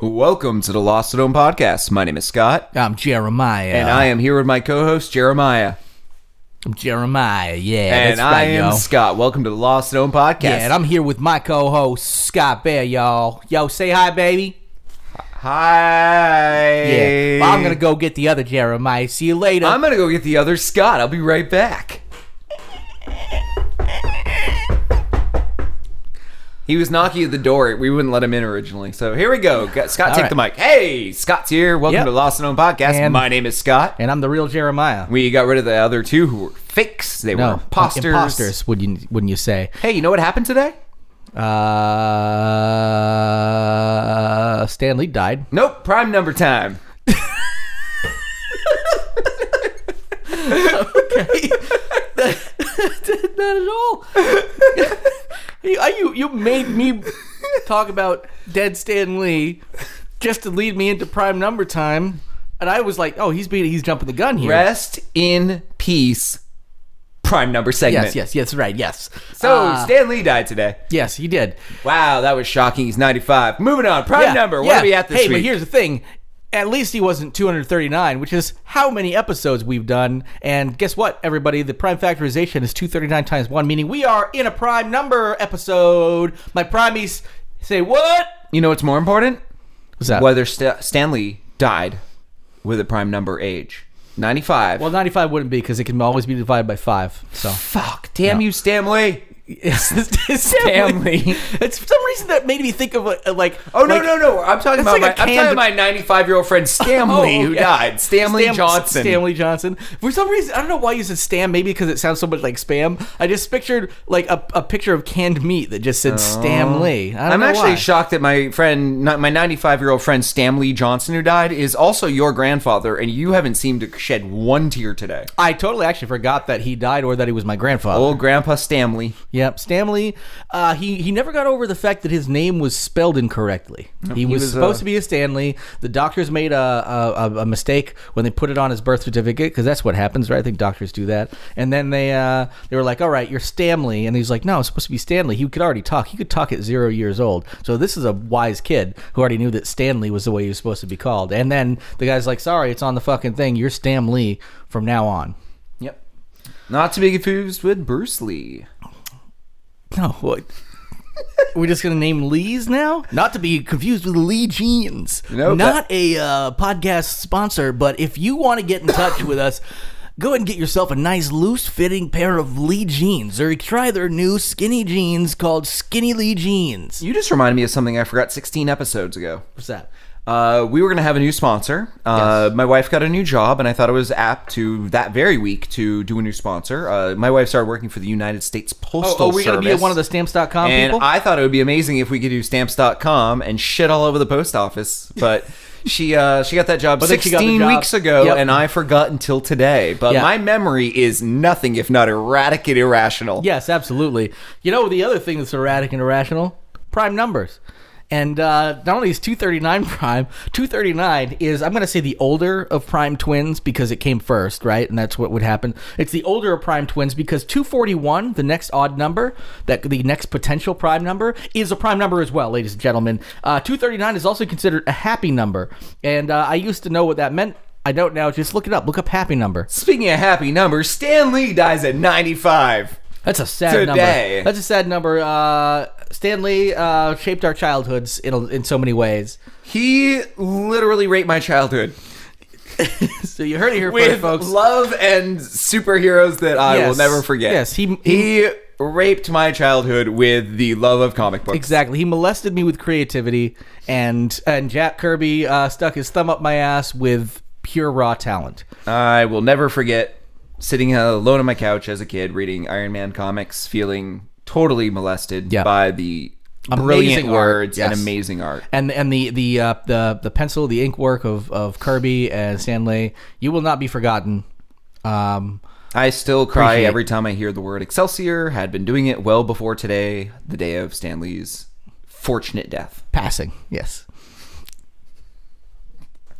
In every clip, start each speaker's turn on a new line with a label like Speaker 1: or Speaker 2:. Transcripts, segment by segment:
Speaker 1: Welcome to the Lost at Home podcast. My name is Scott,
Speaker 2: I'm Jeremiah.
Speaker 1: and I am here with my co-host Jeremiah,
Speaker 2: I'm Jeremiah. Yeah,
Speaker 1: and
Speaker 2: that's right,
Speaker 1: I am
Speaker 2: yo.
Speaker 1: Scott. Welcome to the Lost at Home podcast.
Speaker 2: Yeah, and I'm here with my co-host Scott Bear, y'all. Yo, say hi, baby.
Speaker 1: Hi.
Speaker 2: Yeah, Well, I'm gonna go get the other Jeremiah. See you later.
Speaker 1: I'm gonna go get the other Scott. I'll be right back. He was knocking at the door. We wouldn't let him in originally. So here we go. Got- Scott,
Speaker 2: All
Speaker 1: take the mic. Hey, Scott's here. Welcome
Speaker 2: Yep.
Speaker 1: to Lost and Home Podcast.
Speaker 2: And-
Speaker 1: My name is Scott.
Speaker 2: and I'm the real Jeremiah.
Speaker 1: We got rid of the other two who were fakes. They were imposters.
Speaker 2: imposters. Wouldn't you, wouldn't you say?
Speaker 1: Hey, you know what happened today?
Speaker 2: Uh, Stanley died.
Speaker 1: Nope, prime number time.
Speaker 2: Not at all. you, you you made me talk about dead Stan Lee just to lead me into prime number time, and I was like, oh, he's being he's jumping the gun here.
Speaker 1: Rest in peace. Prime number segment.
Speaker 2: Yes, yes, yes, right, yes.
Speaker 1: So
Speaker 2: Uh,
Speaker 1: Stan Lee died today.
Speaker 2: yes, he did.
Speaker 1: Wow, that was shocking. He's 95. Moving on. Prime
Speaker 2: Yeah,
Speaker 1: number. What
Speaker 2: yeah.
Speaker 1: are we at this
Speaker 2: Hey,
Speaker 1: week?
Speaker 2: but here's the thing. At least he wasn't 239, which is how many episodes we've done. And guess what, everybody? The prime factorization is 239 times 1, meaning we are in a prime number episode. My primies say, what?
Speaker 1: you know what's more important?
Speaker 2: What's that?
Speaker 1: Whether St- Stanley died with a prime number age. 95.
Speaker 2: Well, 95 wouldn't be because it can always be divided by 5. So.
Speaker 1: fuck. Damn you, Stanley.
Speaker 2: Stanley. It's for some reason that made me think of a, a, like.
Speaker 1: Oh, no,
Speaker 2: like-
Speaker 1: no, no. I'm talking
Speaker 2: That's
Speaker 1: about
Speaker 2: like a
Speaker 1: my, I'm talking
Speaker 2: canned-
Speaker 1: about my 95 year old friend Stanley
Speaker 2: Oh,
Speaker 1: who
Speaker 2: yeah.
Speaker 1: died. Stanley
Speaker 2: Stam-
Speaker 1: Johnson.
Speaker 2: Stanley Johnson. For some reason, I don't know why you said Stam. Maybe because it sounds so much like spam. I just pictured like a, a picture of canned meat that just said Stam Lee. I don't
Speaker 1: Oh. I'm
Speaker 2: know
Speaker 1: actually
Speaker 2: why.
Speaker 1: shocked that my friend, not- my 95 year old friend Stanley Johnson, who died, is also your grandfather, and you haven't seemed to shed one tear today.
Speaker 2: I totally actually forgot that he died or that he was my grandfather.
Speaker 1: Old Grandpa Stanley.
Speaker 2: Yep, Stanley. Uh, he he never got over the fact that his name was spelled incorrectly. He, was,
Speaker 1: was,
Speaker 2: supposed
Speaker 1: uh,
Speaker 2: to be a Stanley. The doctors made a a, a, a mistake when they put it on his birth certificate because that's what happens, right? I think doctors do that. And then they uh, they were like, "All right, you're Stanley," and he's like, "No, it's supposed to be Stanley." He could already talk. He could talk at zero years old. So this is a wise kid who already knew that Stanley was the way he was supposed to be called. And then the guy's like, "Sorry, it's on the fucking thing. You're Stanley from now on."
Speaker 1: Yep. Not to be confused with Bruce Lee.
Speaker 2: No, what? We're just gonna name Lee's now, not to be confused with Lee Jeans.
Speaker 1: No,
Speaker 2: not a uh, podcast sponsor, but if you want to get in touch with us, go and get yourself a nice loose-fitting pair of Lee jeans, or try their new skinny jeans called Skinny Lee Jeans.
Speaker 1: You just reminded me of something I forgot 16 episodes ago.
Speaker 2: What's that?
Speaker 1: Uh, we were going to have a new sponsor. Uh, My wife got a new job, and I thought it was apt to that very week to do a new sponsor. Uh, my wife started working for the United States Postal
Speaker 2: Oh, oh we're gonna be at
Speaker 1: Service.
Speaker 2: one of the stamps.com
Speaker 1: and
Speaker 2: Um, people.
Speaker 1: I thought it would be amazing if we could do stamps.com and shit all over the post office. But she uh, she got that job
Speaker 2: then she got the
Speaker 1: 16
Speaker 2: job.
Speaker 1: weeks ago,
Speaker 2: Yep.
Speaker 1: and I forgot until today. But
Speaker 2: Yeah.
Speaker 1: my memory is nothing if not erratic and irrational.
Speaker 2: Yes, absolutely. You know the other thing that's erratic and irrational? Prime numbers. And uh, not only is 239 prime, 239 is, I'm going to say the older of prime twins because it came first, right? And that's what would happen. It's the older of prime twins because 241, the next odd number, that the next potential prime number, is a prime number as well, ladies and gentlemen. Uh, 239 is also considered a happy number. And uh, I used to know what that meant. I don't now. Just look it up. Look up happy number.
Speaker 1: Speaking of happy numbers, Stan Lee dies at 95.
Speaker 2: That's a sad
Speaker 1: Today.
Speaker 2: number. That's a sad number. Uh, Stanley uh, shaped our childhoods in, a, in so many ways.
Speaker 1: He literally raped my childhood
Speaker 2: So you heard it here first,
Speaker 1: with
Speaker 2: folks.
Speaker 1: love and superheroes that I will
Speaker 2: Yes.
Speaker 1: never forget.
Speaker 2: Yes, he-
Speaker 1: he raped my childhood with the love of comic books.
Speaker 2: exactly. He molested me with creativity, and and Jack Kirby uh, stuck his thumb up my ass with pure raw talent.
Speaker 1: I will never forget sitting alone on my couch as a kid reading Iron Man comics, feeling totally molested
Speaker 2: Yeah.
Speaker 1: by the
Speaker 2: Amazing
Speaker 1: brilliant
Speaker 2: art,
Speaker 1: words and
Speaker 2: yes.
Speaker 1: amazing art.
Speaker 2: And and the the uh, the the pencil, the ink work of of Kirby and Stanley, you will not be forgotten. Um,
Speaker 1: I still cry
Speaker 2: Appreciate-
Speaker 1: every time I hear the word Excelsior, had been doing it well before today, the day of Stanley's fortunate death.
Speaker 2: passing. Yes.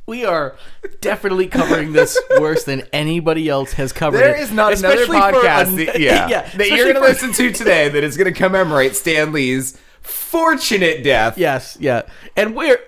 Speaker 2: We are definitely covering this worse than anybody else has covered.
Speaker 1: There
Speaker 2: it.
Speaker 1: is not
Speaker 2: Especially
Speaker 1: another
Speaker 2: for
Speaker 1: podcast
Speaker 2: an-
Speaker 1: that, yeah, that
Speaker 2: especially
Speaker 1: you're going to
Speaker 2: for-
Speaker 1: listen to today that is going to commemorate Stan Lee's fortunate death.
Speaker 2: Yes, yeah, and we're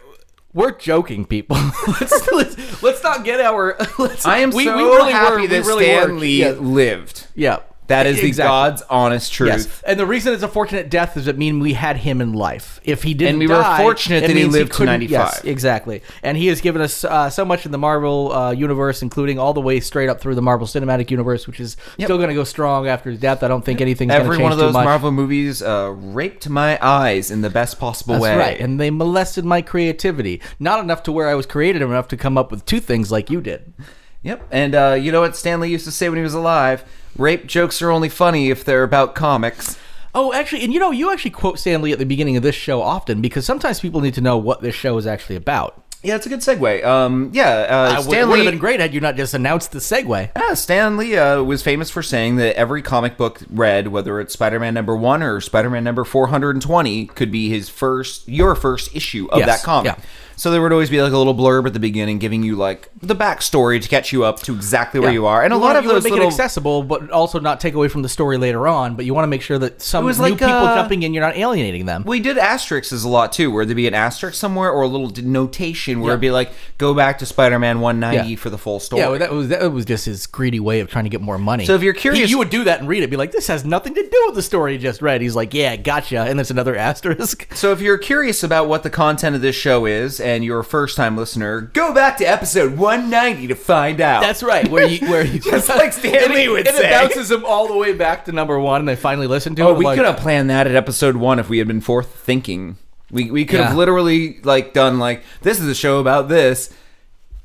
Speaker 2: We're joking, people. let's, let's, let's not get our. Let's,
Speaker 1: I am
Speaker 2: we,
Speaker 1: so
Speaker 2: we really
Speaker 1: happy
Speaker 2: were, we
Speaker 1: that
Speaker 2: really
Speaker 1: Stan
Speaker 2: were.
Speaker 1: Lee
Speaker 2: Yeah.
Speaker 1: lived.
Speaker 2: yeah.
Speaker 1: That is the
Speaker 2: Exactly.
Speaker 1: God's honest truth.
Speaker 2: Yes, and the reason it's a fortunate death is it mean we had him in life. If he didn't,
Speaker 1: And we were
Speaker 2: die,
Speaker 1: fortunate that
Speaker 2: it
Speaker 1: he
Speaker 2: means
Speaker 1: lived to
Speaker 2: couldn't-
Speaker 1: 95.
Speaker 2: Yes, exactly. And he has given us uh, so much in the Marvel uh, universe, including all the way straight up through the Marvel Cinematic Universe, which is still going to go strong after his death. I don't think anything's going to
Speaker 1: Every
Speaker 2: change
Speaker 1: one of
Speaker 2: too
Speaker 1: those
Speaker 2: much.
Speaker 1: Marvel movies uh, raped my eyes in the best possible
Speaker 2: That's
Speaker 1: way.
Speaker 2: right, and they molested my creativity. Not enough to where I was creative enough to come up with two things like you did.
Speaker 1: Yep. And uh, you know what Stanley used to say when he was alive? Rape jokes are only funny if they're about comics.
Speaker 2: Oh, actually, and you know, you actually quote Stanley at the beginning of this show often because sometimes people need to know what this show is actually about.
Speaker 1: Yeah, it's a good segue. Um, yeah, uh,
Speaker 2: I
Speaker 1: Stan
Speaker 2: would, would
Speaker 1: Lee.
Speaker 2: have been great had you not just announced the segue.
Speaker 1: Yeah, Stan Lee uh, was famous for saying that every comic book read, whether it's Spider-Man number one or Spider-Man number four hundred and twenty, could be his first, your first issue of
Speaker 2: Yes,
Speaker 1: that comic.
Speaker 2: yeah.
Speaker 1: So there would always be like a little blurb at the beginning, giving you like the backstory to catch you up to exactly where you are, and a lot
Speaker 2: wanna-
Speaker 1: of
Speaker 2: you wanna
Speaker 1: those
Speaker 2: make
Speaker 1: little
Speaker 2: it accessible, but also not take away from the story later on. But you want to make sure that some
Speaker 1: It was
Speaker 2: new
Speaker 1: like,
Speaker 2: people
Speaker 1: uh,
Speaker 2: jumping in, you're not alienating them.
Speaker 1: We did asterisks a lot too, where there'd be an asterisk somewhere or a little d- notation where it'd be like, go back to Spider Man 190
Speaker 2: Yeah.
Speaker 1: for the full story.
Speaker 2: Yeah, well, that was that was just his greedy way of trying to get more money.
Speaker 1: So if you're
Speaker 2: He-
Speaker 1: curious-
Speaker 2: you would do that and read it, be like, "This has nothing to do with the story you just read." He's like, "Yeah, gotcha," and it's another asterisk.
Speaker 1: so if you're curious about what the content of this show is and you're a first time listener, go back to episode 190 to find out.
Speaker 2: That's right. Where you where you
Speaker 1: Just like Stan
Speaker 2: And it-
Speaker 1: Lee would
Speaker 2: and
Speaker 1: say.
Speaker 2: It bounces them all the way back to number one, and they finally listen to it.
Speaker 1: oh, we
Speaker 2: like,
Speaker 1: could have planned that at episode one if we had been forth thinking. We, we could have
Speaker 2: Yeah.
Speaker 1: literally like done like this is a show about this.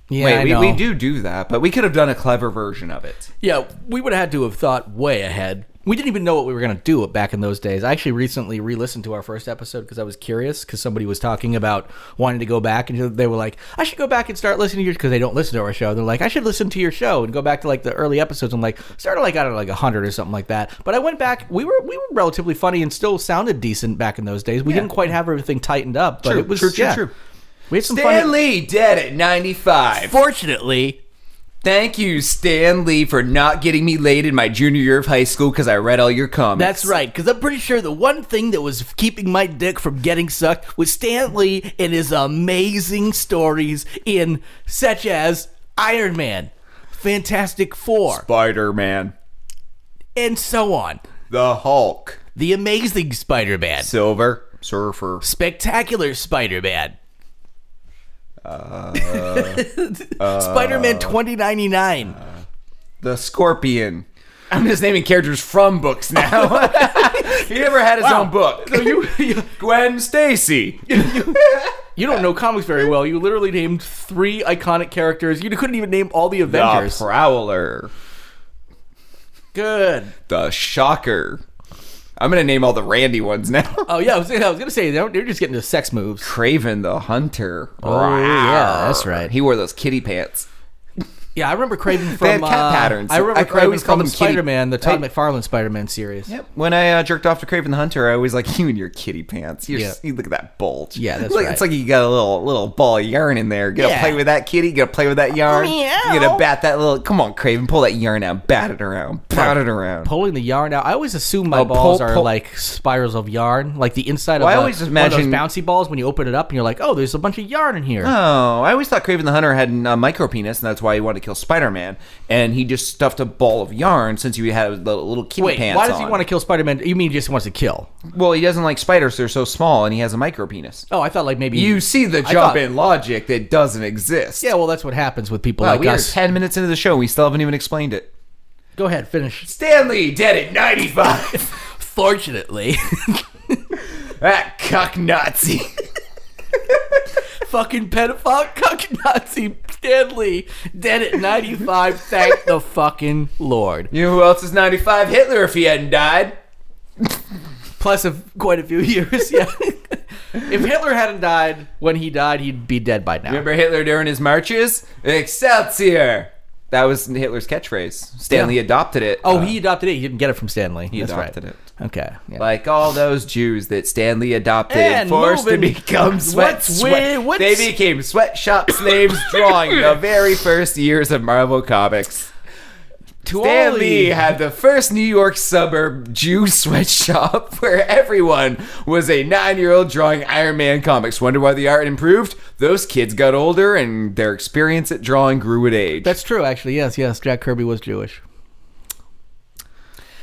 Speaker 2: Yeah, I
Speaker 1: Wait, we, we
Speaker 2: know.
Speaker 1: do do that, but we could have done a clever version of it.
Speaker 2: Yeah, we would have had to have thought way ahead. We didn't even know what we were going to do back in those days. I actually recently re-listened to our first episode because I was curious because somebody was talking about wanting to go back and they were like, "I should go back and start listening to your because they don't listen to our show." They're like, "I should listen to your show and go back to like the early episodes." I'm like, started like I don't know, like hundred or something like that. But I went back. We were we were relatively funny and still sounded decent back in those days. We didn't quite have everything tightened up, but
Speaker 1: True,
Speaker 2: it was
Speaker 1: true, true,
Speaker 2: yeah.
Speaker 1: true.
Speaker 2: We had some
Speaker 1: Stan
Speaker 2: fun.
Speaker 1: Lee dead at 95.
Speaker 2: Fortunately,
Speaker 1: Thank you, Stan Lee, for not getting me laid in my junior year of high school because I read all your comments.
Speaker 2: That's right, because I'm pretty sure the one thing that was keeping my dick from getting sucked was Stan Lee and his amazing stories in such as Iron Man, Fantastic Four,
Speaker 1: Spider Man,
Speaker 2: and so on.
Speaker 1: The Hulk,
Speaker 2: The Amazing Spider-Man,
Speaker 1: Silver Surfer,
Speaker 2: Spectacular Spider-Man. Uh, Spider-Man 2099.
Speaker 1: The Scorpion. I'm just naming characters from books now. he never had his own book.
Speaker 2: you,
Speaker 1: Gwen Stacy.
Speaker 2: you don't know comics very well. You literally named three iconic characters. You couldn't even name all the
Speaker 1: the
Speaker 2: Avengers.
Speaker 1: Prowler.
Speaker 2: Good.
Speaker 1: The Shocker. I'm going to name all the Randy ones now.
Speaker 2: Oh yeah, I was, I was gonna say they're, they're just getting to sex moves.
Speaker 1: Uh, Craven the Hunter.
Speaker 2: Oh, yeah, that's right.
Speaker 1: He wore those kitty pants.
Speaker 2: Yeah, I remember Craven from
Speaker 1: They had cat
Speaker 2: uh,
Speaker 1: patterns.
Speaker 2: I remember
Speaker 1: I- I
Speaker 2: Craven
Speaker 1: always
Speaker 2: from
Speaker 1: called them kitty-
Speaker 2: Spider-Man, the Todd
Speaker 1: I-
Speaker 2: McFarlane Spider-Man series.
Speaker 1: Yep. When I uh, jerked off to Craven the Hunter, I always like you and your kitty pants. You're
Speaker 2: Yeah.
Speaker 1: just- you look at that bulge.
Speaker 2: Yeah, that's
Speaker 1: Look,
Speaker 2: right.
Speaker 1: It's like you got a little little ball of yarn in there. Gonna
Speaker 2: Yeah.
Speaker 1: play with that kitty. Gonna play with that yarn. You're gonna bat that little. Come on, Craven, pull that yarn out. Bat it around. Bat it around.
Speaker 2: Pulling the yarn out. I always assume my
Speaker 1: Oh, pull-
Speaker 2: balls are
Speaker 1: pull-
Speaker 2: like spirals of yarn, like the inside
Speaker 1: Well, I
Speaker 2: of a-
Speaker 1: always just
Speaker 2: one of those
Speaker 1: imagine-
Speaker 2: bouncy balls. When you open it up, and you're like, "Oh, there's a bunch of yarn in here."
Speaker 1: Oh, I always thought Craven the Hunter had a micro penis, and that's why he wanted to kill Spider Man. And he just stuffed a ball of yarn since he had the little kitty
Speaker 2: Wait,
Speaker 1: pants.
Speaker 2: why does he
Speaker 1: on.
Speaker 2: want to kill Spider-Man? You mean he just wants to kill?
Speaker 1: Well, he doesn't like spiders. They're so small, and he has a micro penis.
Speaker 2: Oh, I thought like maybe
Speaker 1: You see the
Speaker 2: I
Speaker 1: jump
Speaker 2: thought-
Speaker 1: in logic that doesn't exist.
Speaker 2: Yeah, well, that's what happens with people
Speaker 1: Wow,
Speaker 2: like
Speaker 1: we are
Speaker 2: us.
Speaker 1: 10 minutes into the show. We still haven't even explained it.
Speaker 2: Go ahead, finish.
Speaker 1: Stanley dead at 95.
Speaker 2: Fortunately,
Speaker 1: that cuck Nazi.
Speaker 2: fucking pedophile cuck Nazi Stanley dead at 95. Thank the fucking Lord.
Speaker 1: you know who else is 95? Hitler if he hadn't died.
Speaker 2: Plus, of quite a few years. Yeah. if Hitler hadn't died when he died, he'd be dead by now.
Speaker 1: Remember Hitler during his marches? Excelsior. That was Hitler's catchphrase. Stanley
Speaker 2: Yeah.
Speaker 1: adopted it.
Speaker 2: Oh,
Speaker 1: Uh,
Speaker 2: he adopted it. He didn't get it from Stanley. He
Speaker 1: adopted
Speaker 2: right.
Speaker 1: it.
Speaker 2: Okay. yeah.
Speaker 1: Uh, Like all those Jews that Stanley adopted and,
Speaker 2: And
Speaker 1: forced
Speaker 2: moving-
Speaker 1: to become sweat,
Speaker 2: What's
Speaker 1: sweat.
Speaker 2: with- what's-
Speaker 1: They became sweatshop slaves drawing the very first years of Marvel Comics.
Speaker 2: To
Speaker 1: Stan
Speaker 2: all
Speaker 1: Lee
Speaker 2: the-
Speaker 1: had the first New York suburb Jew sweatshop where everyone was a nine-year-old drawing Iron Man comics. Wonder why the art improved? Those kids got older, and their experience at drawing grew with age.
Speaker 2: That's true, actually. Yes, yes. Jack Kirby was Jewish.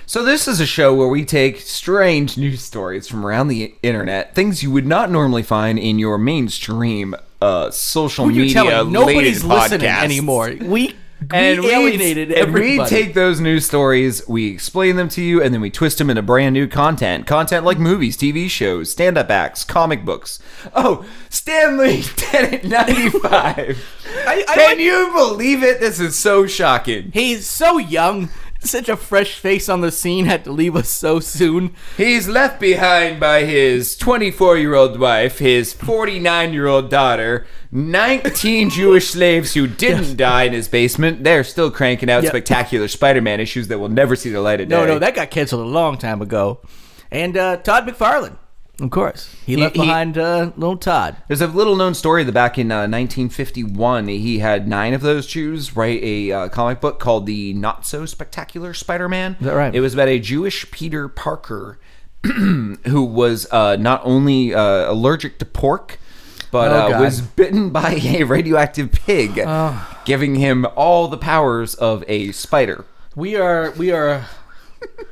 Speaker 1: So this is a show where we take strange news stories from around the internet, things you would not normally find in your mainstream uh, social
Speaker 2: Who you
Speaker 1: media.
Speaker 2: telling? Nobody's
Speaker 1: related
Speaker 2: listening
Speaker 1: podcasts.
Speaker 2: anymore. We,
Speaker 1: And
Speaker 2: we alienated
Speaker 1: and
Speaker 2: everybody.
Speaker 1: we take those news stories, we explain them to you, and then we twist them into brand new content. Content like movies, TV shows, stand up acts, comic books. Oh, Stanley Tennant 95.
Speaker 2: I- I
Speaker 1: Can
Speaker 2: like-
Speaker 1: you believe it? This is so shocking.
Speaker 2: He's so young. Such a fresh face on the scene had to leave us so soon.
Speaker 1: He's left behind by his 24 year old wife, his 49 year old daughter, 19 Jewish slaves who didn't die in his basement. They're still cranking out
Speaker 2: Yep.
Speaker 1: spectacular Spider Man issues that will never see the light of
Speaker 2: No,
Speaker 1: day.
Speaker 2: no, that got canceled a long time ago. And uh, Todd McFarlane, of course. He left
Speaker 1: he-
Speaker 2: behind uh, little Todd.
Speaker 1: There's a little known story that back in uh, 1951, he had nine of those Jews write a uh, comic book called The Not So Spectacular Spider Man.
Speaker 2: Is that right?
Speaker 1: It was about a Jewish Peter Parker who was uh, not only uh, allergic to pork, but
Speaker 2: Oh,
Speaker 1: uh,
Speaker 2: God.
Speaker 1: was bitten by a radioactive pig, giving him all the powers of a spider.
Speaker 2: We are we are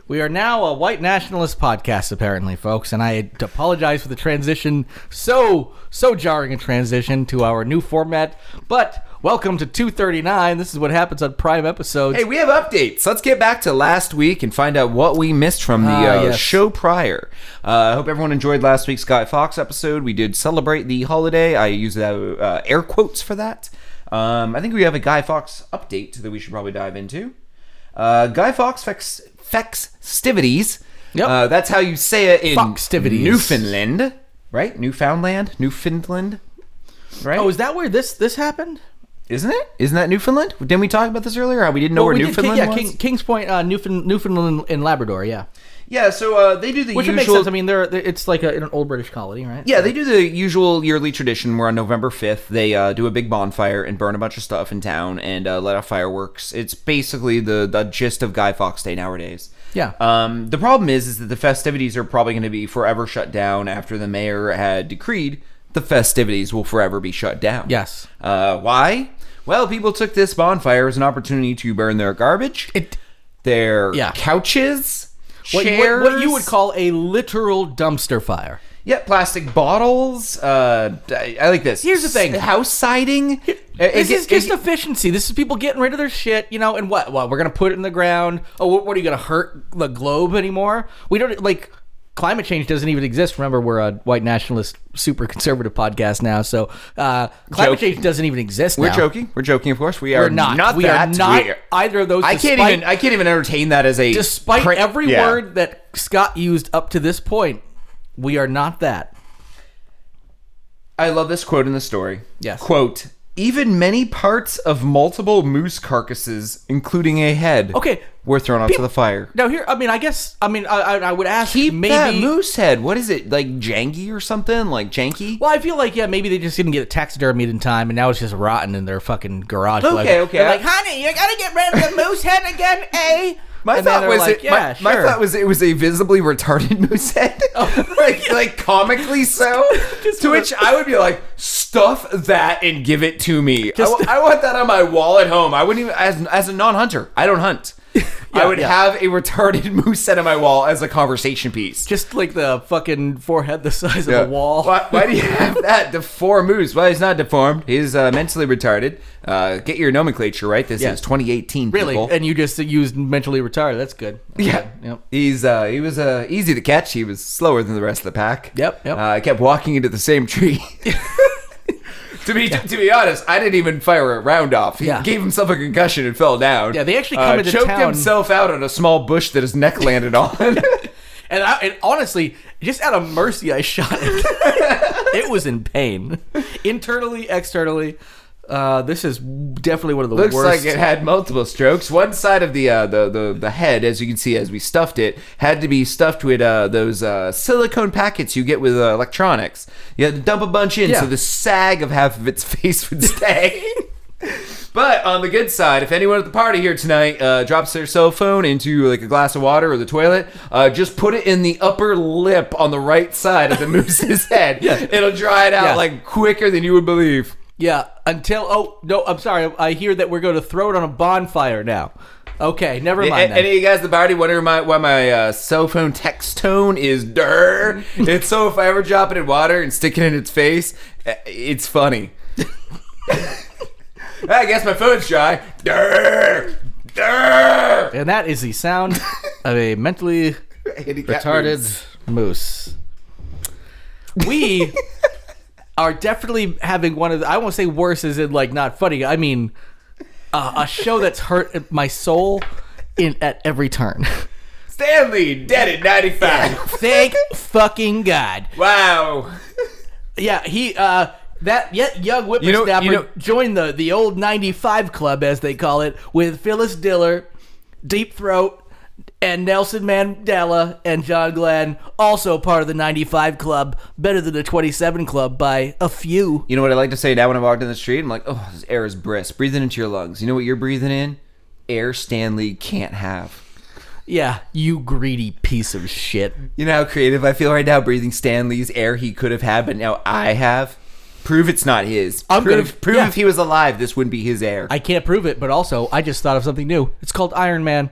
Speaker 2: we are now a white nationalist podcast, apparently, folks. And I apologize for the transition, so so jarring a transition to our new format. But welcome to 239. This is what happens on Prime episodes.
Speaker 1: Hey, we have updates. Let's get back to last week and find out what we missed from the
Speaker 2: Ah,
Speaker 1: uh,
Speaker 2: yes.
Speaker 1: show prior. Uh, I hope everyone enjoyed last week's Guy Fox episode. We did celebrate the holiday. I used that, uh, air quotes for that. Um, I think we have a Guy Fox update that we should probably dive into. Uh, Guy Fox fex- festivities.
Speaker 2: Yep.
Speaker 1: Uh, that's how you say it in
Speaker 2: Foxtivities.
Speaker 1: Newfoundland, right? Newfoundland, Newfoundland, right?
Speaker 2: oh, is that where this this happened?
Speaker 1: Isn't it? Isn't that Newfoundland? Didn't we talk about this earlier? How we didn't know
Speaker 2: Well,
Speaker 1: where
Speaker 2: we did King-
Speaker 1: Newfoundland
Speaker 2: yeah,
Speaker 1: was?
Speaker 2: King, Kings Point, uh, Newfound, Newfoundland and Labrador. Yeah,
Speaker 1: Yeah, so uh, they do the
Speaker 2: which would
Speaker 1: usual.
Speaker 2: make sense. I mean, they're, they're it's like a, an old British colony, right?
Speaker 1: yeah, they do the usual yearly tradition where on November fifth they uh, do a big bonfire and burn a bunch of stuff in town and uh, let off fireworks. It's basically the the gist of Guy Fawkes Day nowadays.
Speaker 2: Yeah.
Speaker 1: Um, the problem is, is that the festivities are probably going to be forever shut down after the mayor had decreed the festivities will forever be shut down.
Speaker 2: Yes.
Speaker 1: Uh, why? Well, people took this bonfire as an opportunity to burn their garbage,
Speaker 2: It-
Speaker 1: their
Speaker 2: Yeah.
Speaker 1: couches,
Speaker 2: What,
Speaker 1: chairs,
Speaker 2: what, what you would call a literal dumpster fire.
Speaker 1: Yeah, plastic bottles. Uh, I I like this.
Speaker 2: Here's the thing.
Speaker 1: S- house siding. It-
Speaker 2: This
Speaker 1: it-
Speaker 2: is just
Speaker 1: it-
Speaker 2: efficiency. This is people getting rid of their shit, you know. And what? What? We're gonna put it in the ground. Oh, what, what are you gonna hurt the globe anymore? We don't like climate change doesn't even exist. Remember, we're a white nationalist, super conservative podcast now, so uh, climate
Speaker 1: Joke.
Speaker 2: change doesn't even exist.
Speaker 1: We're
Speaker 2: now.
Speaker 1: joking. We're joking, of course. We are
Speaker 2: We're not. we
Speaker 1: that.
Speaker 2: are not
Speaker 1: We are-
Speaker 2: either of those.
Speaker 1: I can't
Speaker 2: despite-
Speaker 1: even. I can't even entertain that as a.
Speaker 2: despite
Speaker 1: print-
Speaker 2: every
Speaker 1: Yeah.
Speaker 2: word that Scott used up to this point, we are not that.
Speaker 1: I love this quote in the story.
Speaker 2: Yes.
Speaker 1: Quote. Even many parts of multiple moose carcasses, including a head,
Speaker 2: Okay.
Speaker 1: were thrown onto
Speaker 2: Peop-
Speaker 1: the fire.
Speaker 2: Now here, I mean, I guess, I mean, I, I, I would ask
Speaker 1: Keep
Speaker 2: maybe.
Speaker 1: that moose head. What is it like, janky or something? Like janky?
Speaker 2: Well, I feel like yeah, maybe they just didn't get it taxidermied in time, and now it's just rotten in their fucking garage.
Speaker 1: Okay,
Speaker 2: They're
Speaker 1: okay.
Speaker 2: like, honey, you gotta get rid of the moose head again, eh?
Speaker 1: My
Speaker 2: And then
Speaker 1: thought
Speaker 2: they're
Speaker 1: was
Speaker 2: like,
Speaker 1: it,
Speaker 2: yeah,
Speaker 1: my, my
Speaker 2: sure. Oh.
Speaker 1: thought was it was a visibly retarded moose head, like like comically so.
Speaker 2: Just
Speaker 1: to
Speaker 2: for the-
Speaker 1: which I would be like, stuff that and give it to me. I
Speaker 2: Just-
Speaker 1: wa- I, want that on my wall at home. I wouldn't even as as a non-hunter. I don't hunt. I would
Speaker 2: yeah.
Speaker 1: have a retarded moose head on my wall as a conversation piece.
Speaker 2: just like the fucking forehead the size
Speaker 1: Yeah.
Speaker 2: of a wall.
Speaker 1: Why, why do you have that deformed moose? Well, he's not deformed. He's uh, mentally retarded. Uh, get your nomenclature right. This
Speaker 2: Yeah.
Speaker 1: is 2018.
Speaker 2: Really?
Speaker 1: people.
Speaker 2: And you just used mentally retarded. That's good.
Speaker 1: Yeah.
Speaker 2: Yep.
Speaker 1: He's uh he was uh easy to catch. He was slower than the rest of the pack.
Speaker 2: Yep, yep.
Speaker 1: Uh, I kept walking into the same tree. to be to be honest, I didn't even fire a round off. He
Speaker 2: Yeah.
Speaker 1: gave himself a concussion and fell down. Uh,
Speaker 2: Yeah, they actually come into
Speaker 1: choked
Speaker 2: town-
Speaker 1: himself out on a small bush that his neck landed on.
Speaker 2: And, I, and honestly, just out of mercy, I shot it. it was in pain, internally, externally. Uh, this is definitely one of the
Speaker 1: Looks
Speaker 2: worst.
Speaker 1: like it had multiple strokes. One side of the, uh, the the the head, as you can see as we stuffed it, had to be stuffed with uh, those uh, silicone packets you get with uh, electronics. You had to dump a bunch in
Speaker 2: Yeah.
Speaker 1: so the sag of half of its face would stay. But on the good side, if anyone at the party here tonight uh, drops their cell phone into like a glass of water or the toilet, uh, just put it in the upper lip on the right side of the moose's head.
Speaker 2: Yeah.
Speaker 1: It'll dry it out
Speaker 2: Yeah.
Speaker 1: like quicker than you would believe.
Speaker 2: Yeah, until oh no, I'm sorry. I hear that we're going to throw it on a bonfire now. Okay, never
Speaker 1: A-
Speaker 2: mind.
Speaker 1: any
Speaker 2: That.
Speaker 1: of you guys at the party wonder my, why my uh, cell phone text tone is der? it's so if I ever drop it in water and stick it in its face, uh, it's funny. I guess my phone's dry. Der, der.
Speaker 2: And that is the sound of a mentally
Speaker 3: Retarded.
Speaker 2: moose. We are definitely having one of the, I won't say worse as in like not funny. I mean, uh, a show that's hurt my soul in at every turn.
Speaker 1: Stanley dead at 95.
Speaker 2: Thank fucking God.
Speaker 1: Wow.
Speaker 2: Yeah, he uh that yet young whippersnapper
Speaker 1: you know-
Speaker 2: joined the the old '95 club as they call it with Phyllis Diller, Deep Throat, and Nelson Mandela and John Glenn, also part of the '95 club, better than the '27 club by a few.
Speaker 1: You know what I like to say now when I walk down the street? I'm like, oh, this air is brisk. Breathe it into your lungs. You know what you're breathing in? Air Stanley can't have.
Speaker 2: Yeah, you greedy piece of shit.
Speaker 1: You know how creative I feel right now breathing Stanley's air he could have had, but now I have? Prove it's not his.
Speaker 2: I'm
Speaker 1: prove
Speaker 2: gonna-
Speaker 1: prove
Speaker 2: yeah.
Speaker 1: if he was alive, this wouldn't be his air.
Speaker 2: I can't prove it, but also I just thought of something new. It's called Iron Man.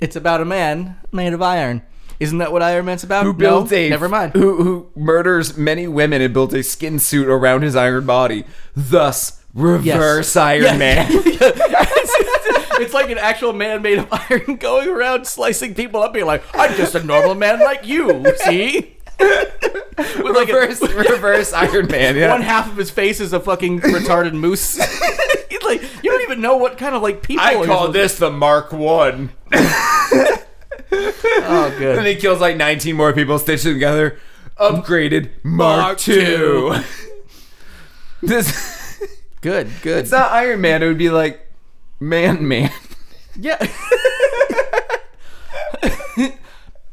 Speaker 2: It's about a man made of iron. Isn't that what Iron Man's about?
Speaker 1: who builds
Speaker 2: no,
Speaker 1: a
Speaker 2: never mind.
Speaker 1: Who, who murders many women and builds a skin suit around his iron body, thus reverse Iron
Speaker 2: Yeah.
Speaker 1: Man.
Speaker 2: it's like an actual man made of iron going around slicing people up, being like, "I'm just a normal man like you." See, with like
Speaker 1: reverse,
Speaker 2: a,
Speaker 1: reverse Iron Man. Yeah.
Speaker 2: one half of his face is a fucking retarded moose. He's like, you don't even know what kind of like people.
Speaker 1: I
Speaker 2: you're
Speaker 1: call
Speaker 2: supposed-
Speaker 1: this the Mark One.
Speaker 2: Oh, good.
Speaker 1: And he kills like 19 more people, stitched them together. Upgraded Mark
Speaker 2: Mark
Speaker 1: Two.
Speaker 2: II.
Speaker 1: this
Speaker 2: Good. Good.
Speaker 1: it's not Iron Man. It would be like Man Man.
Speaker 2: yeah.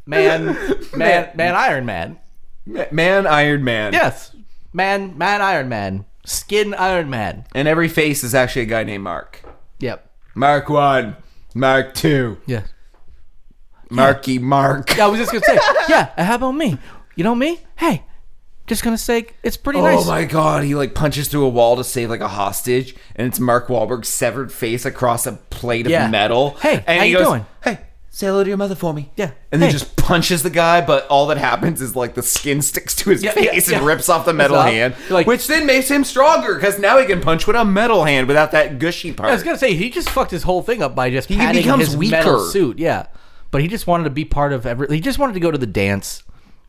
Speaker 2: man, man, man, Iron Man.
Speaker 1: Ma- Man Iron Man.
Speaker 2: Yes, man, man, Iron Man. Skin Iron Man.
Speaker 1: And every face is actually a guy named Mark.
Speaker 2: Yep.
Speaker 1: Mark One. Mark Two.
Speaker 2: Yes.
Speaker 1: Marky Mark.
Speaker 2: Yeah, I was just gonna say, yeah. and How about me? You know me? Hey, just gonna say it's pretty
Speaker 1: Oh
Speaker 2: nice.
Speaker 1: my god, he like punches through a wall to save like a hostage, and it's Mark Wahlberg's severed face across a plate
Speaker 2: Yeah.
Speaker 1: of metal.
Speaker 2: Hey,
Speaker 1: and
Speaker 2: how
Speaker 1: he
Speaker 2: you
Speaker 1: goes,
Speaker 2: doing?
Speaker 1: Hey, say hello to your mother for me.
Speaker 2: Yeah.
Speaker 1: And then
Speaker 2: Hey.
Speaker 1: just punches the guy, but all that happens is like the skin sticks to his
Speaker 2: Yeah, yeah,
Speaker 1: face and
Speaker 2: yeah.
Speaker 1: rips off the metal
Speaker 2: off.
Speaker 1: hand,
Speaker 2: You're like-
Speaker 1: which then makes him stronger because now he can punch with a metal hand without that gushy part.
Speaker 2: I was gonna say he just fucked his whole thing up by just
Speaker 1: He
Speaker 2: padding
Speaker 1: becomes
Speaker 2: his metal
Speaker 1: weaker.
Speaker 2: suit. Yeah, but he just wanted to be part of every. He just wanted to go to the dance.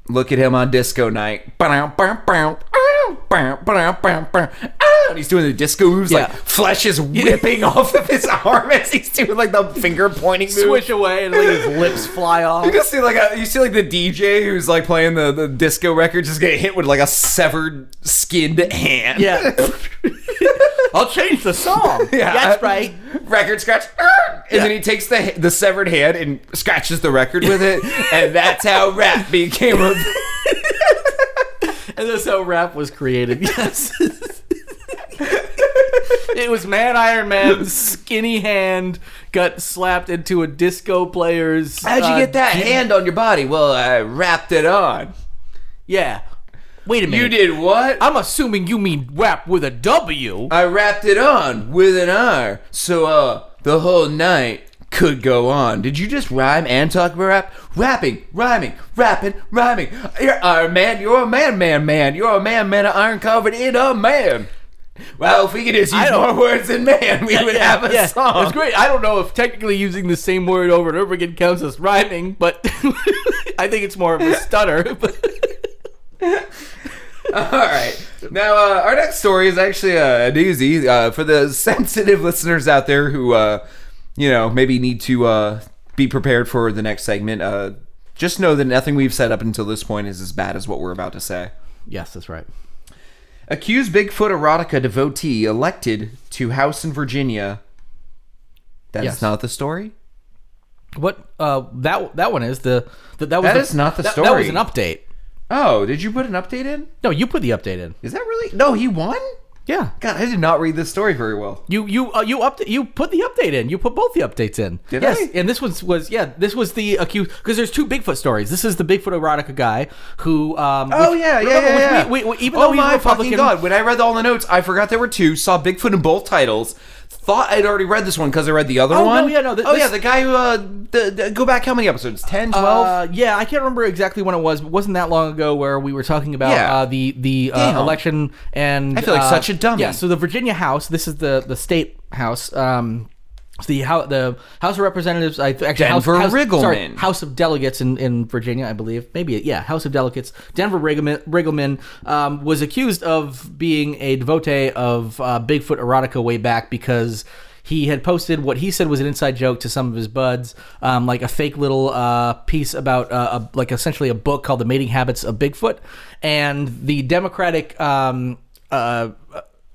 Speaker 1: Look at him on disco night. Bow, bow, bow, bow, bow, bow, bow, bow. Ah, and He's doing the disco moves like
Speaker 2: Yeah.
Speaker 1: flesh is whipping off of his arm as he's doing like the finger pointing move.
Speaker 2: Swish away and like his lips fly off.
Speaker 1: You just see like a, you see like the DJ who's like playing the, the disco record just get hit with like a severed skinned hand.
Speaker 2: Yeah. I'll change the song.
Speaker 1: Yeah.
Speaker 2: that's right.
Speaker 1: Record scratch, ah, and then he takes the the severed hand and scratches the record with it, and that's how rap became a.
Speaker 2: And that's how rap was created. Yes. it was Man Iron Man's skinny hand got slapped into a disco player's.
Speaker 1: How'd you
Speaker 2: uh,
Speaker 1: get that
Speaker 2: jean-
Speaker 1: hand on your body? Well, I wrapped it on.
Speaker 2: Yeah. Wait a minute.
Speaker 1: You did what?
Speaker 2: I'm assuming you mean rap with a W.
Speaker 1: I wrapped it on with an R, so uh, the whole night could go on. Did you just rhyme and talk about rap? Rapping, rhyming, rapping, rhyming. You're a man, you're a man, man, man. You're a man, man of iron covered in a man. Well, if we could just use more words than man, we would have a
Speaker 2: Yeah,
Speaker 1: song.
Speaker 2: It's great. I don't know if technically using the same word over and over again counts as rhyming, but I think it's more of a stutter.
Speaker 1: All right. Now, uh, our next story is actually a doozy uh, for the sensitive listeners out there who, uh, you know, maybe need to uh, be prepared for the next segment. Uh, just know that nothing we've said up until this point is as bad as what we're about to say.
Speaker 2: yes, that's right.
Speaker 1: Accused Bigfoot erotica devotee elected to house in Virginia. That's
Speaker 2: Yes.
Speaker 1: not the story.
Speaker 2: What uh that that one is the that that was
Speaker 1: That
Speaker 2: the,
Speaker 1: is not the
Speaker 2: that- That
Speaker 1: story.
Speaker 2: was an update.
Speaker 1: Oh, did you put an update in?
Speaker 2: No, you put the update in.
Speaker 1: Is that really? No, he won.
Speaker 2: Yeah.
Speaker 1: God, I did not read this story very well.
Speaker 2: You you uh, you up you put the update in. You put both the updates in.
Speaker 1: Did
Speaker 2: yes,
Speaker 1: I?
Speaker 2: and this one was yeah. This was the accused because there's two Bigfoot stories. This is the Bigfoot erotica guy who. Um,
Speaker 1: Oh
Speaker 2: which-
Speaker 1: yeah, yeah,
Speaker 2: remember,
Speaker 1: yeah,
Speaker 2: which
Speaker 1: yeah.
Speaker 2: We, we, even
Speaker 1: oh
Speaker 2: though he's
Speaker 1: my
Speaker 2: Republican, uh,
Speaker 1: fucking god! When I read all the notes, I forgot there were two. Saw Bigfoot in both titles. Thought I'd already read this one because I read the other
Speaker 2: Oh, no,
Speaker 1: one.
Speaker 2: yeah, no, th-
Speaker 1: oh
Speaker 2: this-
Speaker 1: yeah, the guy who uh, the, the- go back how many episodes? 10, 12?
Speaker 2: Uh, yeah, I can't remember exactly when it was, but wasn't that long ago where we were talking about
Speaker 1: Yeah.
Speaker 2: uh, the the
Speaker 1: Damn.
Speaker 2: uh, election and
Speaker 1: I feel like
Speaker 2: uh,
Speaker 1: such a dummy.
Speaker 2: Yeah, so the Virginia House, this is the the state house. Um, it's the how the House of Representatives, I th- actually
Speaker 1: Denver
Speaker 2: House, House, sorry,
Speaker 1: Riggleman.
Speaker 2: House of Delegates in, in Virginia, I believe. Maybe yeah, House of Delegates. Denver Riggleman, Riggleman um, was accused of being a devotee of uh, Bigfoot erotica way back because he had posted what he said was an inside joke to some of his buds, um, like a fake little uh, piece about uh, a, like essentially a book called The Mating Habits of Bigfoot, and the Democratic. Um, uh,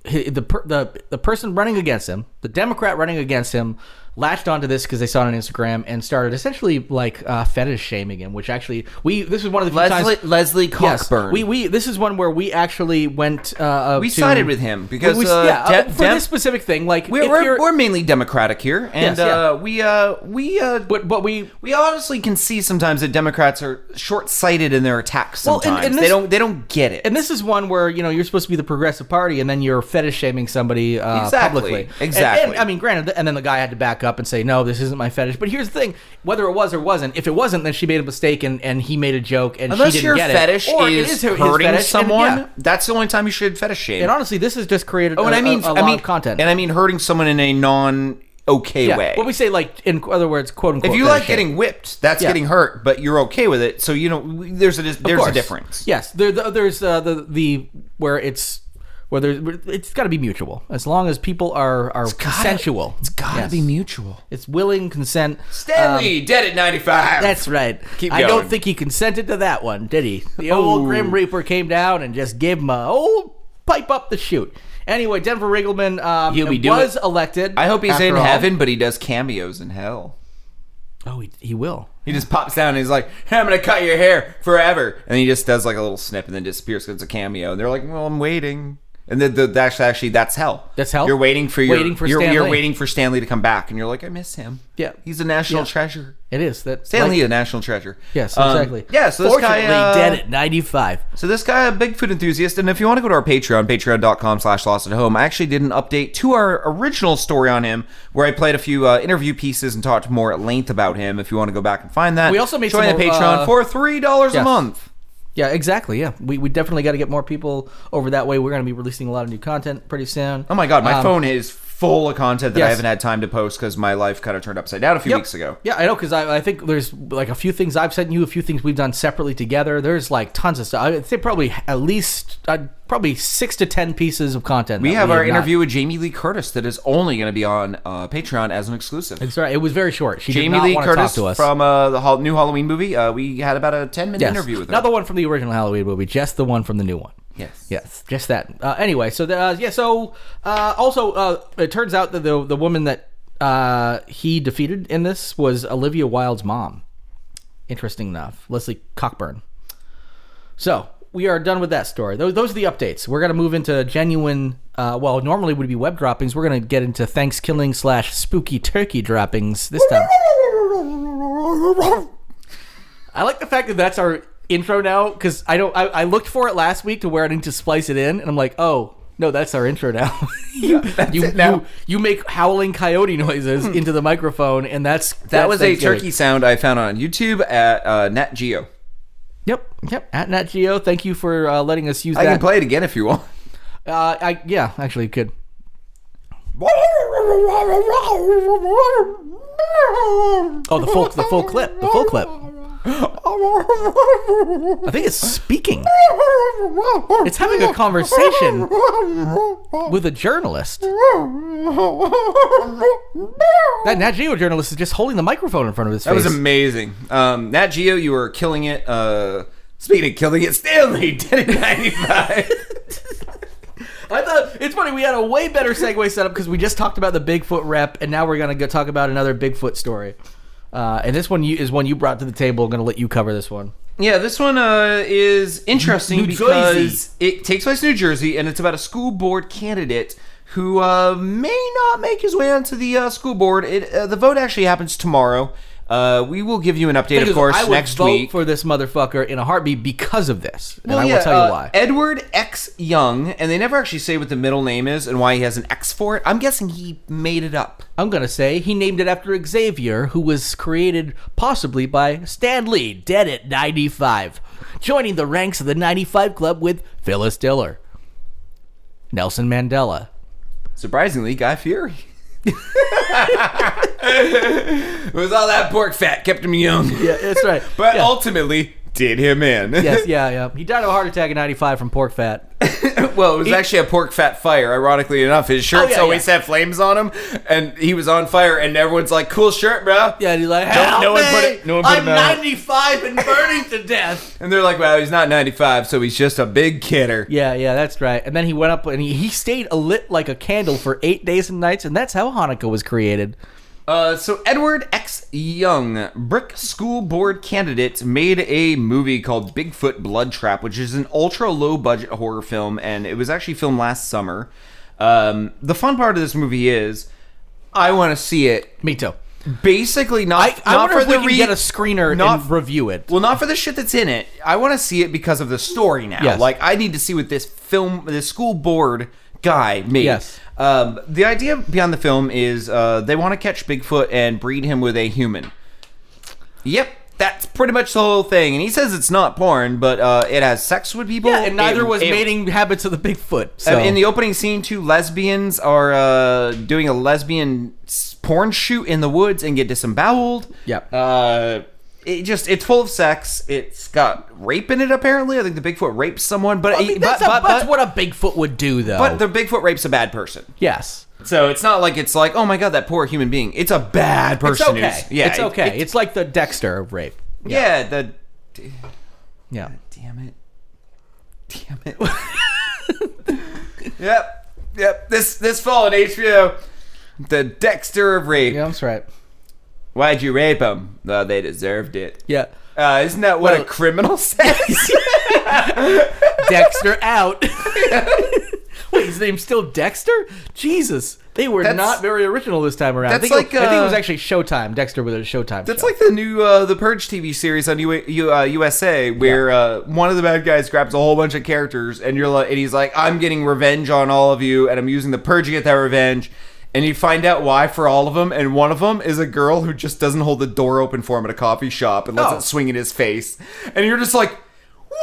Speaker 2: he- the per, the the person running against him, the Democrat running against him, latched onto this because they saw it on Instagram and started essentially like uh, fetish shaming him. Which actually, we this is one of the few
Speaker 1: Leslie
Speaker 2: times.
Speaker 1: Leslie
Speaker 2: Yes,
Speaker 1: Cockburn.
Speaker 2: we we this is one where we actually went. Uh,
Speaker 1: We
Speaker 2: to-
Speaker 1: sided with him because,
Speaker 2: we, we-
Speaker 1: uh,
Speaker 2: yeah,
Speaker 1: Dem-
Speaker 2: uh, for
Speaker 1: Dem-
Speaker 2: this specific thing, like
Speaker 1: we're,
Speaker 2: if
Speaker 1: we're,
Speaker 2: you're-
Speaker 1: we're mainly Democratic here, and
Speaker 2: Yes, yeah.
Speaker 1: uh, we uh, we uh,
Speaker 2: but but we
Speaker 1: we honestly can see sometimes that Democrats are short-sighted in their attacks. Sometimes
Speaker 2: and- and
Speaker 1: they
Speaker 2: this-
Speaker 1: don't they don't get it.
Speaker 2: and this is one where you know you're supposed to be the progressive party and then you're fetish shaming somebody uh,
Speaker 1: Exactly.
Speaker 2: publicly And-
Speaker 1: Exactly.
Speaker 2: and, i mean granted th- and then the guy had to back up and say no this isn't my fetish but here's the thing whether it was or wasn't if it wasn't then she made a mistake and, and he made a joke and she
Speaker 1: Unless
Speaker 2: didn't
Speaker 1: your
Speaker 2: get
Speaker 1: fetish
Speaker 2: it. Or it
Speaker 1: is,
Speaker 2: is her- his
Speaker 1: hurting
Speaker 2: fetish, and
Speaker 1: someone,
Speaker 2: yeah.
Speaker 1: that's the only time you should fetish shame.
Speaker 2: and honestly this has just created
Speaker 1: Oh,
Speaker 2: a,
Speaker 1: and I mean,
Speaker 2: a, a
Speaker 1: I
Speaker 2: lot
Speaker 1: mean-
Speaker 2: of content
Speaker 1: and I mean hurting someone in a non okay
Speaker 2: yeah.
Speaker 1: way.
Speaker 2: what we say like in other words quote unquote
Speaker 1: if you like
Speaker 2: fetish shaming.
Speaker 1: getting whipped, that's
Speaker 2: Yeah.
Speaker 1: getting hurt, but you're okay with it. So you know, we- there's a dis- there's a
Speaker 2: course.
Speaker 1: difference.
Speaker 2: Yes, there, the, there's uh, the the where it's where there's where it's got to be mutual. As long as people are are consensual,
Speaker 1: It's gotta
Speaker 2: Yes.
Speaker 1: be mutual.
Speaker 2: It's willing consent.
Speaker 1: Stanley dead at 95.
Speaker 2: Um, That's right.
Speaker 1: Keep
Speaker 2: I
Speaker 1: going. Oh.
Speaker 2: don't think he consented to that one, did he? The old Grim Reaper came down and just gave him a old pipe up the chute. Anyway, Denver Riggleman um,
Speaker 1: He'll be doing-
Speaker 2: was elected.
Speaker 1: I hope he's
Speaker 2: after
Speaker 1: in
Speaker 2: all.
Speaker 1: heaven, but he does cameos in hell.
Speaker 2: Oh, he, he will.
Speaker 1: He just pops down and he's like, "Hey, "I'm gonna cut your hair forever," and he just does like a little snip and then disappears because it's a cameo. And they're like, "Well, I'm waiting." And then the, that's actually that's hell.
Speaker 2: That's hell?
Speaker 1: You're waiting for your
Speaker 2: Waiting for
Speaker 1: you're,
Speaker 2: Stan
Speaker 1: you're
Speaker 2: Lee.
Speaker 1: waiting for Stanley to come back, and you're like, "I miss him."
Speaker 2: Yeah.
Speaker 1: he's a national
Speaker 2: Yeah.
Speaker 1: treasure.
Speaker 2: It is that
Speaker 1: Stanley,
Speaker 2: Like,
Speaker 1: a national treasure.
Speaker 2: yes,
Speaker 1: Um,
Speaker 2: exactly.
Speaker 1: yeah, so this guy
Speaker 2: Fortunately,
Speaker 1: uh,
Speaker 2: dead at ninety-five.
Speaker 1: so this guy, a Bigfoot enthusiast, and if you want to go to our Patreon, patreon.com slash lost at home, I actually did an update to our original story on him where I played a few uh, interview pieces and talked more at length about him if you want to go back and find that.
Speaker 2: We also made
Speaker 1: Join
Speaker 2: some
Speaker 1: the
Speaker 2: more,
Speaker 1: Patreon
Speaker 2: uh,
Speaker 1: for $3 a
Speaker 2: Yes.
Speaker 1: month.
Speaker 2: Yeah, exactly. Yeah, we, we definitely got to get more people over that way. We're going to be releasing a lot of new content pretty soon.
Speaker 1: Oh my God, my
Speaker 2: Um,
Speaker 1: phone is full of content that I
Speaker 2: Yes.
Speaker 1: haven't had time to post because my life kind of turned upside down a few
Speaker 2: Yep.
Speaker 1: weeks ago.
Speaker 2: Yeah, I know because I, I think there's like a few things I've sent you, a few things we've done separately together. There's like tons of stuff. I'd say probably at least uh, probably six to ten pieces of content.
Speaker 1: We
Speaker 2: that
Speaker 1: have our
Speaker 2: not-
Speaker 1: interview with Jamie Lee Curtis that is only going to be on uh, Patreon as an exclusive.
Speaker 2: That's right. It was very short. She did
Speaker 1: Jamie
Speaker 2: not
Speaker 1: Lee
Speaker 2: want
Speaker 1: Curtis
Speaker 2: to talk to us.
Speaker 1: from uh, the hol- new Halloween movie. Uh, we had about a 10 minute
Speaker 2: Yes.
Speaker 1: interview with her.
Speaker 2: not the one from the original Halloween movie, just the one from the new one.
Speaker 1: Yes.
Speaker 2: Yes, just that. Uh, anyway, so the, uh, yeah, so uh, also uh, it turns out that the the woman that uh, he defeated in this was Olivia Wilde's mom. Interesting enough, Leslie Cockburn. So we are done with that story. Those, those are the updates. We're gonna move into genuine. Uh, well, normally would be web droppings. We're gonna get into Thanksgiving slash spooky turkey droppings this time. I like the fact that that's our intro now because I don't. I, I looked for it last week to where I need to splice it in, and I'm like, oh no, that's our intro now. you, you,
Speaker 1: it now. Hmm.
Speaker 2: you you make howling coyote noises into the microphone, and that's
Speaker 1: That was a turkey sound I found on YouTube at uh, Nat Geo.
Speaker 2: Yep, yep. At Nat Geo, thank you for uh, letting us use
Speaker 1: I
Speaker 2: that.
Speaker 1: can play it again if you want.
Speaker 2: uh, I yeah, actually, you could. Oh, the full the full clip, the full clip. I think it's speaking. It's having a conversation with a journalist. That Nat Geo journalist is just holding the microphone in front of his
Speaker 1: That
Speaker 2: face.
Speaker 1: was amazing. Um, Nat Geo, you were killing it. Uh, speaking of killing it, Stanley did it 95.
Speaker 2: I thought it's funny. We had a way better segue setup because we just talked about the Bigfoot rep, and now we're gonna go talk about another Bigfoot story. Uh, and this one you, is one you brought to the table. I'm gonna let you cover this one.
Speaker 1: Yeah, this one uh, is interesting
Speaker 2: New
Speaker 1: because
Speaker 2: Jersey.
Speaker 1: it takes place in New Jersey, and it's about a school board candidate who uh, may not make his way onto the uh, school board. It, uh, the vote actually happens tomorrow. Uh, we will give you an update, of
Speaker 2: Because
Speaker 1: course,
Speaker 2: I would
Speaker 1: next
Speaker 2: vote
Speaker 1: week.
Speaker 2: for this motherfucker in a heartbeat because of this, and I will
Speaker 1: yeah,
Speaker 2: tell you
Speaker 1: uh,
Speaker 2: why.
Speaker 1: Edward X. Young, and they never actually say what the middle name is and why he has an X for it. I'm guessing he made it up.
Speaker 2: I'm gonna say he named it after Xavier, who was created possibly by Stan Lee, dead at 95, joining the ranks of the 95 Club with Phyllis Diller, Nelson Mandela.
Speaker 1: Surprisingly, Guy Fury. it was all that pork fat kept him young.
Speaker 2: Yeah, that's right.
Speaker 1: But
Speaker 2: yeah.
Speaker 1: ultimately, did him in.
Speaker 2: yes, yeah, yeah. He died of a heart attack at 95 from pork fat.
Speaker 1: well, it was actually a pork fat fire. Ironically enough, his shirts
Speaker 2: Oh, yeah,
Speaker 1: always had flames on them, and he was on fire. And everyone's like, "Cool shirt, bro."
Speaker 2: Yeah, and he's like, help
Speaker 1: no
Speaker 2: me!
Speaker 1: one put it- no one put
Speaker 2: I'm
Speaker 1: him out."
Speaker 2: 95 and burning to death.
Speaker 1: And they're like, "Well, he's not 95, so he's just a big kidder."
Speaker 2: Yeah, yeah, that's right. And then he went up and he, he stayed lit like a candle for eight days and nights, and that's how Hanukkah was created.
Speaker 1: Uh, so Edward X. Young, brick school board candidate, made a movie called Bigfoot Blood Trap, which is an ultra low budget horror film, and it was actually filmed last summer. Um, the fun part of this movie is, I want to see it.
Speaker 2: Me too.
Speaker 1: Basically, not
Speaker 2: I, I
Speaker 1: not
Speaker 2: wonder
Speaker 1: for
Speaker 2: if
Speaker 1: the
Speaker 2: we can
Speaker 1: re-
Speaker 2: get a screener
Speaker 1: not-
Speaker 2: and review it.
Speaker 1: Well, not for the shit that's in it. I want to see it because of the story now.
Speaker 2: Yes.
Speaker 1: Like I need to see what this film, this school board guy made.
Speaker 2: Yes.
Speaker 1: Um, the idea behind the film is uh, they want to catch Bigfoot and breed him with a human. Yep, that's pretty much the whole thing. And he says it's not porn, but uh, it has sex with people.
Speaker 2: Yeah, and neither
Speaker 1: It-
Speaker 2: was
Speaker 1: it-
Speaker 2: mating habits of the Bigfoot.
Speaker 1: I
Speaker 2: So
Speaker 1: mean, in the opening scene, two lesbians are uh, doing a lesbian s- porn shoot in the woods and get disemboweled.
Speaker 2: Yep.
Speaker 1: Uh, it just it's full of sex. It's got rape in it. Apparently, I think the Bigfoot rapes someone, but
Speaker 2: I mean,
Speaker 1: he-
Speaker 2: that's,
Speaker 1: but,
Speaker 2: a-
Speaker 1: but,
Speaker 2: that's
Speaker 1: but,
Speaker 2: what a Bigfoot would do, though.
Speaker 1: but the Bigfoot rapes a bad person.
Speaker 2: yes.
Speaker 1: So it's not like it's like oh my god that poor human being. It's a bad
Speaker 2: It's
Speaker 1: person.
Speaker 2: okay.
Speaker 1: who's- yeah,
Speaker 2: it's
Speaker 1: it-
Speaker 2: okay.
Speaker 1: it-
Speaker 2: it's like the Dexter of rape.
Speaker 1: yeah. The d-
Speaker 2: Yeah.
Speaker 1: damn it, damn it. yep, yep. This this fall on HBO, the Dexter of rape.
Speaker 2: Yeah, that's right.
Speaker 1: Why'd you rape them? Well, they deserved it.
Speaker 2: Yeah.
Speaker 1: Uh, isn't that what
Speaker 2: Well-
Speaker 1: a criminal says?
Speaker 2: Dexter out. Wait, his name's still Dexter? Jesus. They were
Speaker 1: That's-
Speaker 2: not very original this time around. I
Speaker 1: that's
Speaker 2: think, it,
Speaker 1: like,
Speaker 2: I think it was
Speaker 1: uh,
Speaker 2: actually Showtime. Dexter was a Showtime.
Speaker 1: That's
Speaker 2: show.
Speaker 1: like the new uh, the Purge TV series on U- U- uh, USA, where uh, one of the bad guys grabs a whole bunch of characters, and you're like, and he's like, "I'm getting revenge on all of you, and I'm using the Purge to get that revenge." And you find out why for all of them, and one of them is a girl who just doesn't hold the door open for him at a coffee shop and lets
Speaker 2: Oh.
Speaker 1: it swing in his face, and you're just like,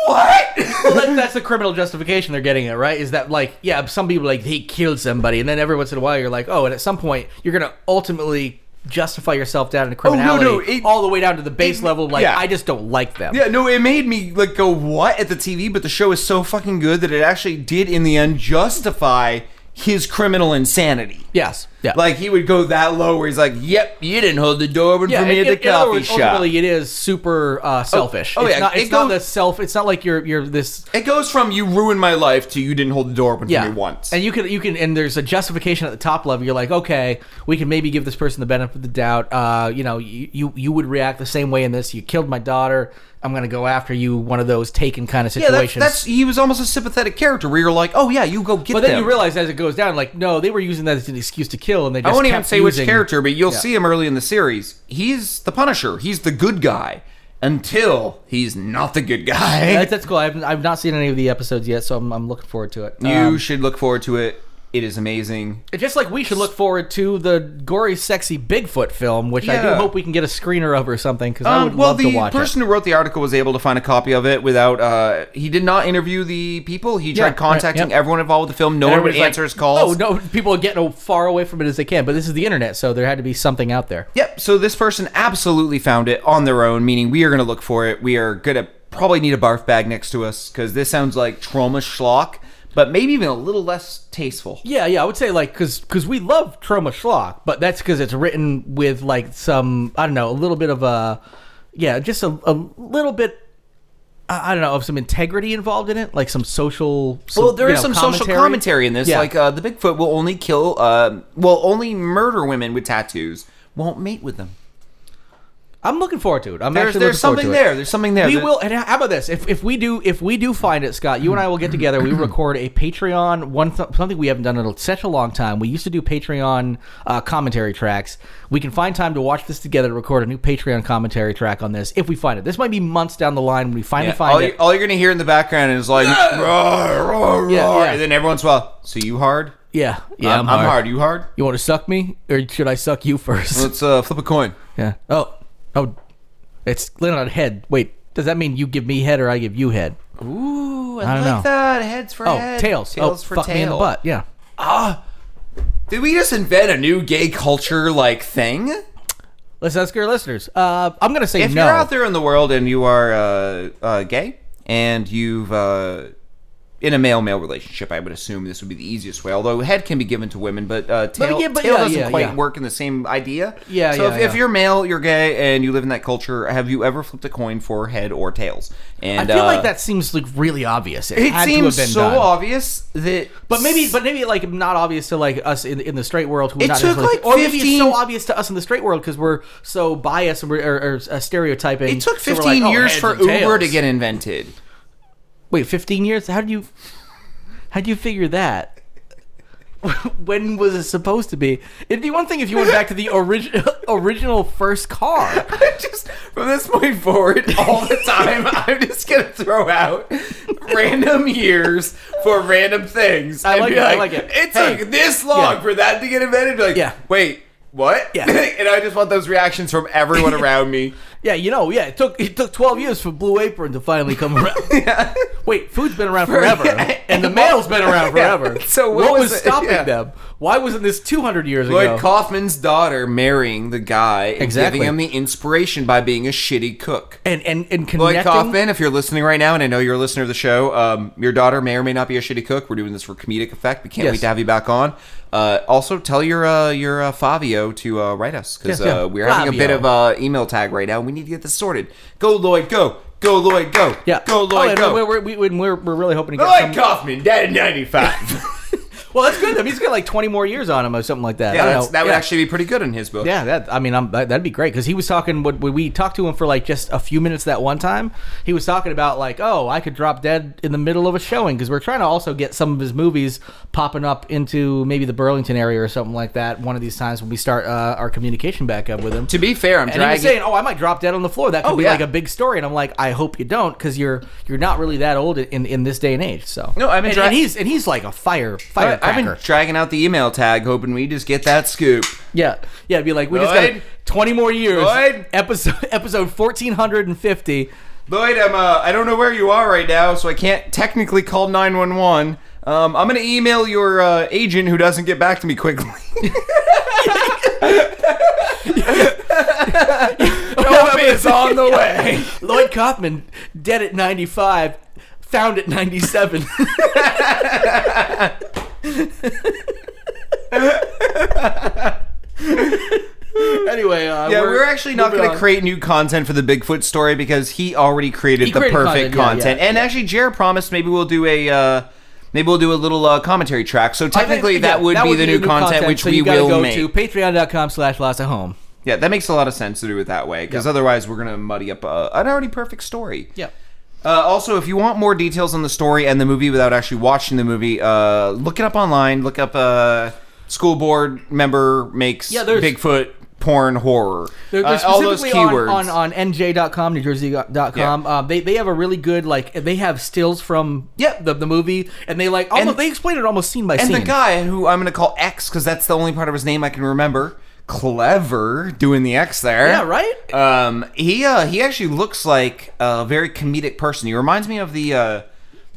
Speaker 1: "What?"
Speaker 2: well, that, that's the criminal justification they're getting at, right? Is that like, yeah, some people like he killed somebody, and then every once in a while you're like, oh, and at some point you're gonna ultimately justify yourself down to criminality,
Speaker 1: Oh, no, it-
Speaker 2: all the way down to the base
Speaker 1: it-
Speaker 2: level. of, Like,
Speaker 1: yeah.
Speaker 2: I just don't like them.
Speaker 1: Yeah, no, it made me like go what at the TV, but the show is so fucking good that it actually did in the end justify his criminal insanity.
Speaker 2: Yes. Yeah.
Speaker 1: Like he would go that low where he's like, "Yep, you didn't hold the door open
Speaker 2: yeah,
Speaker 1: for me
Speaker 2: it-
Speaker 1: at
Speaker 2: it-
Speaker 1: the
Speaker 2: in other
Speaker 1: coffee
Speaker 2: words,
Speaker 1: shop."
Speaker 2: Ultimately, it is super uh, selfish.
Speaker 1: oh,
Speaker 2: it's
Speaker 1: yeah,
Speaker 2: Not,
Speaker 1: it
Speaker 2: it's not
Speaker 1: goes-
Speaker 2: the self. It's not like you're you're this
Speaker 1: it goes from "you ruined my life" to "you didn't hold the door open for me once."
Speaker 2: And you can you can and there's a justification at the top level. You're like, okay, we can maybe give this person the benefit of the doubt. Uh, you know, you, you you would react the same way in this. You killed my daughter. I'm gonna go after you. One of those taken kind of
Speaker 1: yeah, that's,
Speaker 2: situations.
Speaker 1: that's he was almost a sympathetic character where you're like, "Oh yeah, you go get."
Speaker 2: but then
Speaker 1: them.
Speaker 2: you realize as it goes down, like, no, they were using that as an excuse to kill, and they just
Speaker 1: I won't even
Speaker 2: kept
Speaker 1: say
Speaker 2: using,
Speaker 1: which character, but you'll
Speaker 2: Yeah.
Speaker 1: see him early in the series. He's the Punisher. He's the good guy until he's not the good guy.
Speaker 2: That's, that's cool. I've, I've not seen any of the episodes yet, so I'm, I'm looking forward to it.
Speaker 1: You
Speaker 2: Um,
Speaker 1: should look forward to it. It is amazing.
Speaker 2: just like we should look forward to the gory, sexy Bigfoot film, which I do
Speaker 1: Yeah.
Speaker 2: hope we can get a screener of or something because I would
Speaker 1: Um, well,
Speaker 2: love
Speaker 1: the
Speaker 2: to watch it.
Speaker 1: person who wrote the article was able to find a copy of it without. Uh, he did not interview the people. He tried
Speaker 2: right,
Speaker 1: contacting
Speaker 2: yep.
Speaker 1: everyone involved with the film. No one would
Speaker 2: Everybody's like,
Speaker 1: answer his calls.
Speaker 2: Oh no, people are getting far away from it as they can. But this is the internet, so there had to be something out there.
Speaker 1: Yep. So this person absolutely found it on their own. Meaning, we are going to look for it. We are going to probably need a barf bag next to us because this sounds like trauma schlock, but maybe even a little less tasteful.
Speaker 2: Yeah, yeah, I would say like because we love trauma schlock, but that's because it's written with like some I don't know a little bit of a yeah, just a, a little bit. I I don't know of some integrity involved in it, like some social. Some,
Speaker 1: Well, there
Speaker 2: you
Speaker 1: is
Speaker 2: know,
Speaker 1: some social commentary in this.
Speaker 2: Yeah.
Speaker 1: Like uh, the Bigfoot will only kill, uh, will only murder women with tattoos. Won't mate with them.
Speaker 2: I'm looking forward to it. I'm
Speaker 1: There's,
Speaker 2: actually
Speaker 1: there's
Speaker 2: looking forward
Speaker 1: something
Speaker 2: to it.
Speaker 1: there. There's something there.
Speaker 2: We
Speaker 1: There-
Speaker 2: will. And how about this? If, if we do if we do find it, Scott, you and I will get together. We record a Patreon one th- something we haven't done in such a long time. We used to do Patreon uh, commentary tracks. We can find time to watch this together. Record a new Patreon commentary track on this if we find it. This might be months down the line when we finally
Speaker 1: Yeah,
Speaker 2: find
Speaker 1: all,
Speaker 2: it.
Speaker 1: you, all you're gonna hear in the background is like, roar, roar,
Speaker 2: Yeah,
Speaker 1: roar,
Speaker 2: yeah.
Speaker 1: and then every once in a while, so you hard?
Speaker 2: yeah, yeah.
Speaker 1: I'm, I'm hard. You hard?
Speaker 2: You want to suck me, or should I suck you first?
Speaker 1: Let's uh, flip a coin.
Speaker 2: yeah. Oh, oh, it's landing on head. Wait, does that mean you give me head or I give you head?
Speaker 1: Ooh,
Speaker 2: I don't like know.
Speaker 1: that. Heads for
Speaker 2: Oh, tails. oh, fuck me in the butt. Yeah.
Speaker 1: Did we just invent a new gay culture like thing?
Speaker 2: Let's ask our listeners. Uh, I'm gonna say
Speaker 1: If
Speaker 2: no.
Speaker 1: you're out there in the world and you are uh, uh, gay and you've uh, in a male male relationship, I would assume this would be the easiest way. Although head can be given to women, but uh, tail,
Speaker 2: yeah, but
Speaker 1: tail
Speaker 2: yeah,
Speaker 1: doesn't
Speaker 2: yeah,
Speaker 1: quite
Speaker 2: yeah.
Speaker 1: work in the same idea.
Speaker 2: Yeah,
Speaker 1: So
Speaker 2: yeah,
Speaker 1: if, if
Speaker 2: yeah.
Speaker 1: you're male, you're gay, and you live in that culture, have you ever flipped a coin for head or tails?
Speaker 2: I
Speaker 1: And
Speaker 2: feel
Speaker 1: uh,
Speaker 2: like that seems like really obvious. It,
Speaker 1: It
Speaker 2: had
Speaker 1: seems
Speaker 2: to have been
Speaker 1: so
Speaker 2: done.
Speaker 1: obvious that,
Speaker 2: But maybe, but maybe like not obvious to like us in, in the straight world. Who
Speaker 1: It
Speaker 2: not
Speaker 1: took,
Speaker 2: necessarily-
Speaker 1: like,
Speaker 2: or maybe it's
Speaker 1: 15
Speaker 2: so obvious to us in the straight world because we're so biased and we're or, or, uh, stereotyping.
Speaker 1: it took
Speaker 2: So we're
Speaker 1: 15
Speaker 2: like, oh,
Speaker 1: years
Speaker 2: heads
Speaker 1: for
Speaker 2: and
Speaker 1: Uber
Speaker 2: tails.
Speaker 1: to get invented.
Speaker 2: Wait, fifteen years? How do you? How do you figure that? when was it supposed to be? It'd be one thing if you went back to the original original first car.
Speaker 1: just from this point forward, all the time, I'm just gonna throw out random years for random things.
Speaker 2: I
Speaker 1: and
Speaker 2: like
Speaker 1: be
Speaker 2: it, I like it.
Speaker 1: It
Speaker 2: Hey.
Speaker 1: took this long
Speaker 2: Yeah.
Speaker 1: for that to get invented. Like,
Speaker 2: Yeah.
Speaker 1: wait, what?
Speaker 2: Yeah.
Speaker 1: and I just want those reactions from everyone around me.
Speaker 2: Yeah, you know, yeah, it took it took twelve years for Blue Apron to finally come around. Wait, food's been around forever, and the mail's been around
Speaker 1: Yeah.
Speaker 2: forever.
Speaker 1: So what
Speaker 2: what,
Speaker 1: was
Speaker 2: was,
Speaker 1: it?
Speaker 2: stopping
Speaker 1: Yeah.
Speaker 2: them? Why wasn't this two hundred years
Speaker 1: Lloyd
Speaker 2: ago?
Speaker 1: Kaufman's daughter marrying the guy and
Speaker 2: Exactly.
Speaker 1: giving him the inspiration by being a shitty cook.
Speaker 2: and and and
Speaker 1: Lloyd
Speaker 2: connecting.
Speaker 1: Kaufman, if you're listening right now, and I know you're a listener of the show, um, your daughter may or may not be a shitty cook. We're doing this for comedic effect. We can't
Speaker 2: Yes.
Speaker 1: wait to have you back on. Uh, also, tell your uh, your uh, Fabio to uh, write us because
Speaker 2: Yes, yeah.
Speaker 1: uh, we're having a bit
Speaker 2: Fabio.
Speaker 1: of uh, email tag right now. and We need to get this sorted. Go Lloyd, go go Lloyd, go
Speaker 2: Yeah.
Speaker 1: go Lloyd,
Speaker 2: oh, and
Speaker 1: go
Speaker 2: We're, we're, we- and we're, we're really hoping to get
Speaker 1: Lloyd
Speaker 2: some.
Speaker 1: Kaufman, dead in '95.
Speaker 2: Well, that's good. I mean, he's got like twenty more years on him or something like that.
Speaker 1: yeah,
Speaker 2: I don't
Speaker 1: that's,
Speaker 2: know.
Speaker 1: that would
Speaker 2: Yeah.
Speaker 1: actually be pretty good in his book.
Speaker 2: Yeah, that I mean, I'm, that- that'd be great because he was talking. When when we talked to him for like just a few minutes that one time, he was talking about like, oh, I could drop dead in the middle of a showing because we're trying to also get some of his movies popping up into maybe the Burlington area or something like that. One of these times when we start uh, our communication back up with him.
Speaker 1: To be fair, I'm
Speaker 2: and he was
Speaker 1: dragging.
Speaker 2: saying, "Oh, I might drop dead on the floor. That could
Speaker 1: Oh,
Speaker 2: be
Speaker 1: yeah.
Speaker 2: like a big story." And I'm like, "I hope you don't, because you're you're not really that old in, in this day and age." So
Speaker 1: No, I've been
Speaker 2: and,
Speaker 1: dra-
Speaker 2: and he's and he's like a fire
Speaker 1: I- I've
Speaker 2: firecracker.
Speaker 1: been dragging out the email tag, hoping we just get that scoop.
Speaker 2: Yeah, yeah. Be like, we just
Speaker 1: Lloyd?
Speaker 2: got twenty more years.
Speaker 1: Lloyd?
Speaker 2: Episode episode fourteen hundred and fifty.
Speaker 1: Lloyd, I'm uh, I don't know where you are right now, so I can't technically call 911. Um, I'm gonna email your uh, agent who doesn't get back to me quickly. Help is on the way.
Speaker 2: Lloyd Kaufman, dead at ninety five, found at ninety seven. anyway, uh,
Speaker 1: Yeah, we're, actually not
Speaker 2: moving
Speaker 1: going to
Speaker 2: on.
Speaker 1: create new content for the Bigfoot story because he already created
Speaker 2: He
Speaker 1: the
Speaker 2: created
Speaker 1: perfect
Speaker 2: content, yeah,
Speaker 1: content.
Speaker 2: yeah,
Speaker 1: and actually, Jared promised maybe we'll do a. Uh, Maybe we'll do a little uh, commentary track. So
Speaker 2: I think-
Speaker 1: technically,
Speaker 2: yeah,
Speaker 1: that would be the new, content, which
Speaker 2: so
Speaker 1: we
Speaker 2: you gotta
Speaker 1: will
Speaker 2: go
Speaker 1: make.
Speaker 2: to patreon.com slash lost at home.
Speaker 1: Yeah, that makes a lot of sense to do it that way because otherwise we're going to muddy up uh, an already perfect story.
Speaker 2: Yeah.
Speaker 1: Uh, also, if you want more details on the story and the movie without actually watching the movie, uh, look it up online. Look up uh, school board member makes
Speaker 2: Yeah, there's-
Speaker 1: Bigfoot porn horror.
Speaker 2: They're, they're
Speaker 1: Uh, all those
Speaker 2: specifically on-
Speaker 1: keywords.
Speaker 2: On, on, nj.com, newjersey.com. com.
Speaker 1: Yeah.
Speaker 2: Um, they, they have a really good, like, they have stills from
Speaker 1: Yeah.
Speaker 2: the, the movie, and they, like, almost, they explain it almost scene by
Speaker 1: and
Speaker 2: scene.
Speaker 1: the guy who I'm going to call X because that's the only part of his name I can remember. Clever doing the X there.
Speaker 2: Yeah, right?
Speaker 1: Um, he uh, he actually looks like a very comedic person. He reminds me of the uh,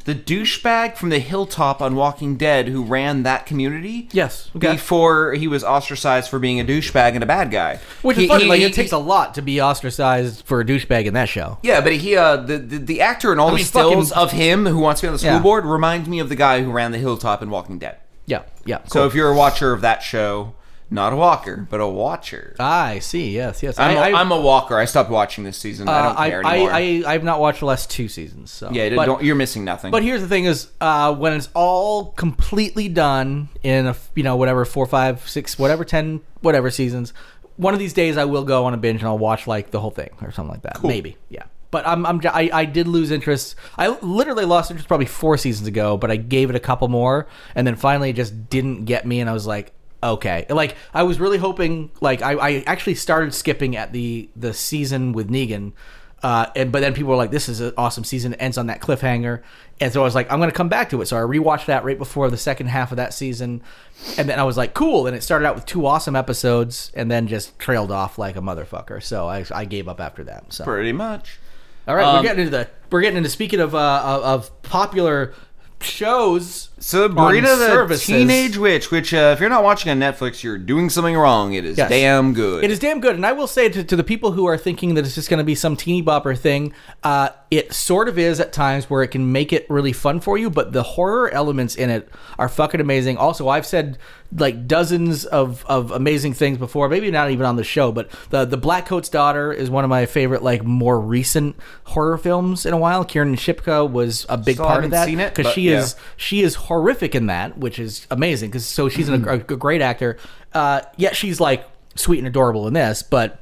Speaker 1: the douchebag from the hilltop on Walking Dead who ran that community.
Speaker 2: Yes, okay.
Speaker 1: Before he was ostracized for being a douchebag and a bad guy.
Speaker 2: Which
Speaker 1: He-
Speaker 2: is funny,
Speaker 1: he-
Speaker 2: like,
Speaker 1: he-
Speaker 2: it takes a lot to be ostracized for a douchebag in that show.
Speaker 1: yeah, but he uh, the, the the actor and all the
Speaker 2: mean,
Speaker 1: stills
Speaker 2: fucking-
Speaker 1: of him who wants to be on the school
Speaker 2: Yeah.
Speaker 1: board reminds me of the guy who ran the hilltop in Walking Dead.
Speaker 2: Yeah, yeah.
Speaker 1: So if you're a watcher of that show, not a walker, but a watcher.
Speaker 2: I see, yes, yes.
Speaker 1: I'm, a
Speaker 2: I- I-
Speaker 1: am a walker. I stopped watching this season. I
Speaker 2: uh,
Speaker 1: don't
Speaker 2: I,
Speaker 1: care
Speaker 2: I,
Speaker 1: anymore.
Speaker 2: I, I, have not watched the last two seasons, so.
Speaker 1: yeah,
Speaker 2: But-
Speaker 1: don't, you're missing nothing.
Speaker 2: But here's the thing: is uh, when it's all completely done in a f- you know whatever four, five, six, whatever ten, whatever seasons, one of these days I will go on a binge and I'll watch like the whole thing or something like that. Maybe, yeah. But I'm, I'm I, I did lose interest. I literally lost interest probably four seasons ago, but I gave it a couple more, and then finally it just didn't get me, and I was like, okay, like I was really hoping. Like I, I actually started skipping at the the season with Negan. Uh, and but then people were like, "This is an awesome season." It ends on that cliffhanger, and so I was like, "I'm going to come back to it." So I rewatched that right before the second half of that season, and then I was like, "Cool!" And it started out with two awesome episodes, and then just trailed off like a motherfucker. So I, I gave up after that. So
Speaker 1: Pretty much.
Speaker 2: all right,
Speaker 1: um,
Speaker 2: we're getting into the we're getting into speaking of uh, of, of popular shows.
Speaker 1: Sabrina
Speaker 2: on
Speaker 1: the
Speaker 2: services.
Speaker 1: Teenage Witch, which uh, if you're not watching on Netflix, you're doing something wrong. It is
Speaker 2: Yes.
Speaker 1: damn good.
Speaker 2: It is damn good, and I will say to, to the people who are thinking that it's just going to be some teeny bopper thing, uh, it sort of is at times where it can make it really fun for you, but the horror elements in it are fucking amazing. Also, I've said like dozens of, of amazing things before, maybe not even on the show, but the the Black Coat's Daughter is one of my favorite like more recent horror films in a while. Kieran Shipka was a big
Speaker 1: Still
Speaker 2: part
Speaker 1: haven't
Speaker 2: of that
Speaker 1: seen it,
Speaker 2: because
Speaker 1: but
Speaker 2: she
Speaker 1: yeah.
Speaker 2: is she is horrific in that, which is amazing. Because so she's an, a,
Speaker 1: Mm-hmm.
Speaker 2: a great actor. Uh, yet she's like sweet and adorable in this. But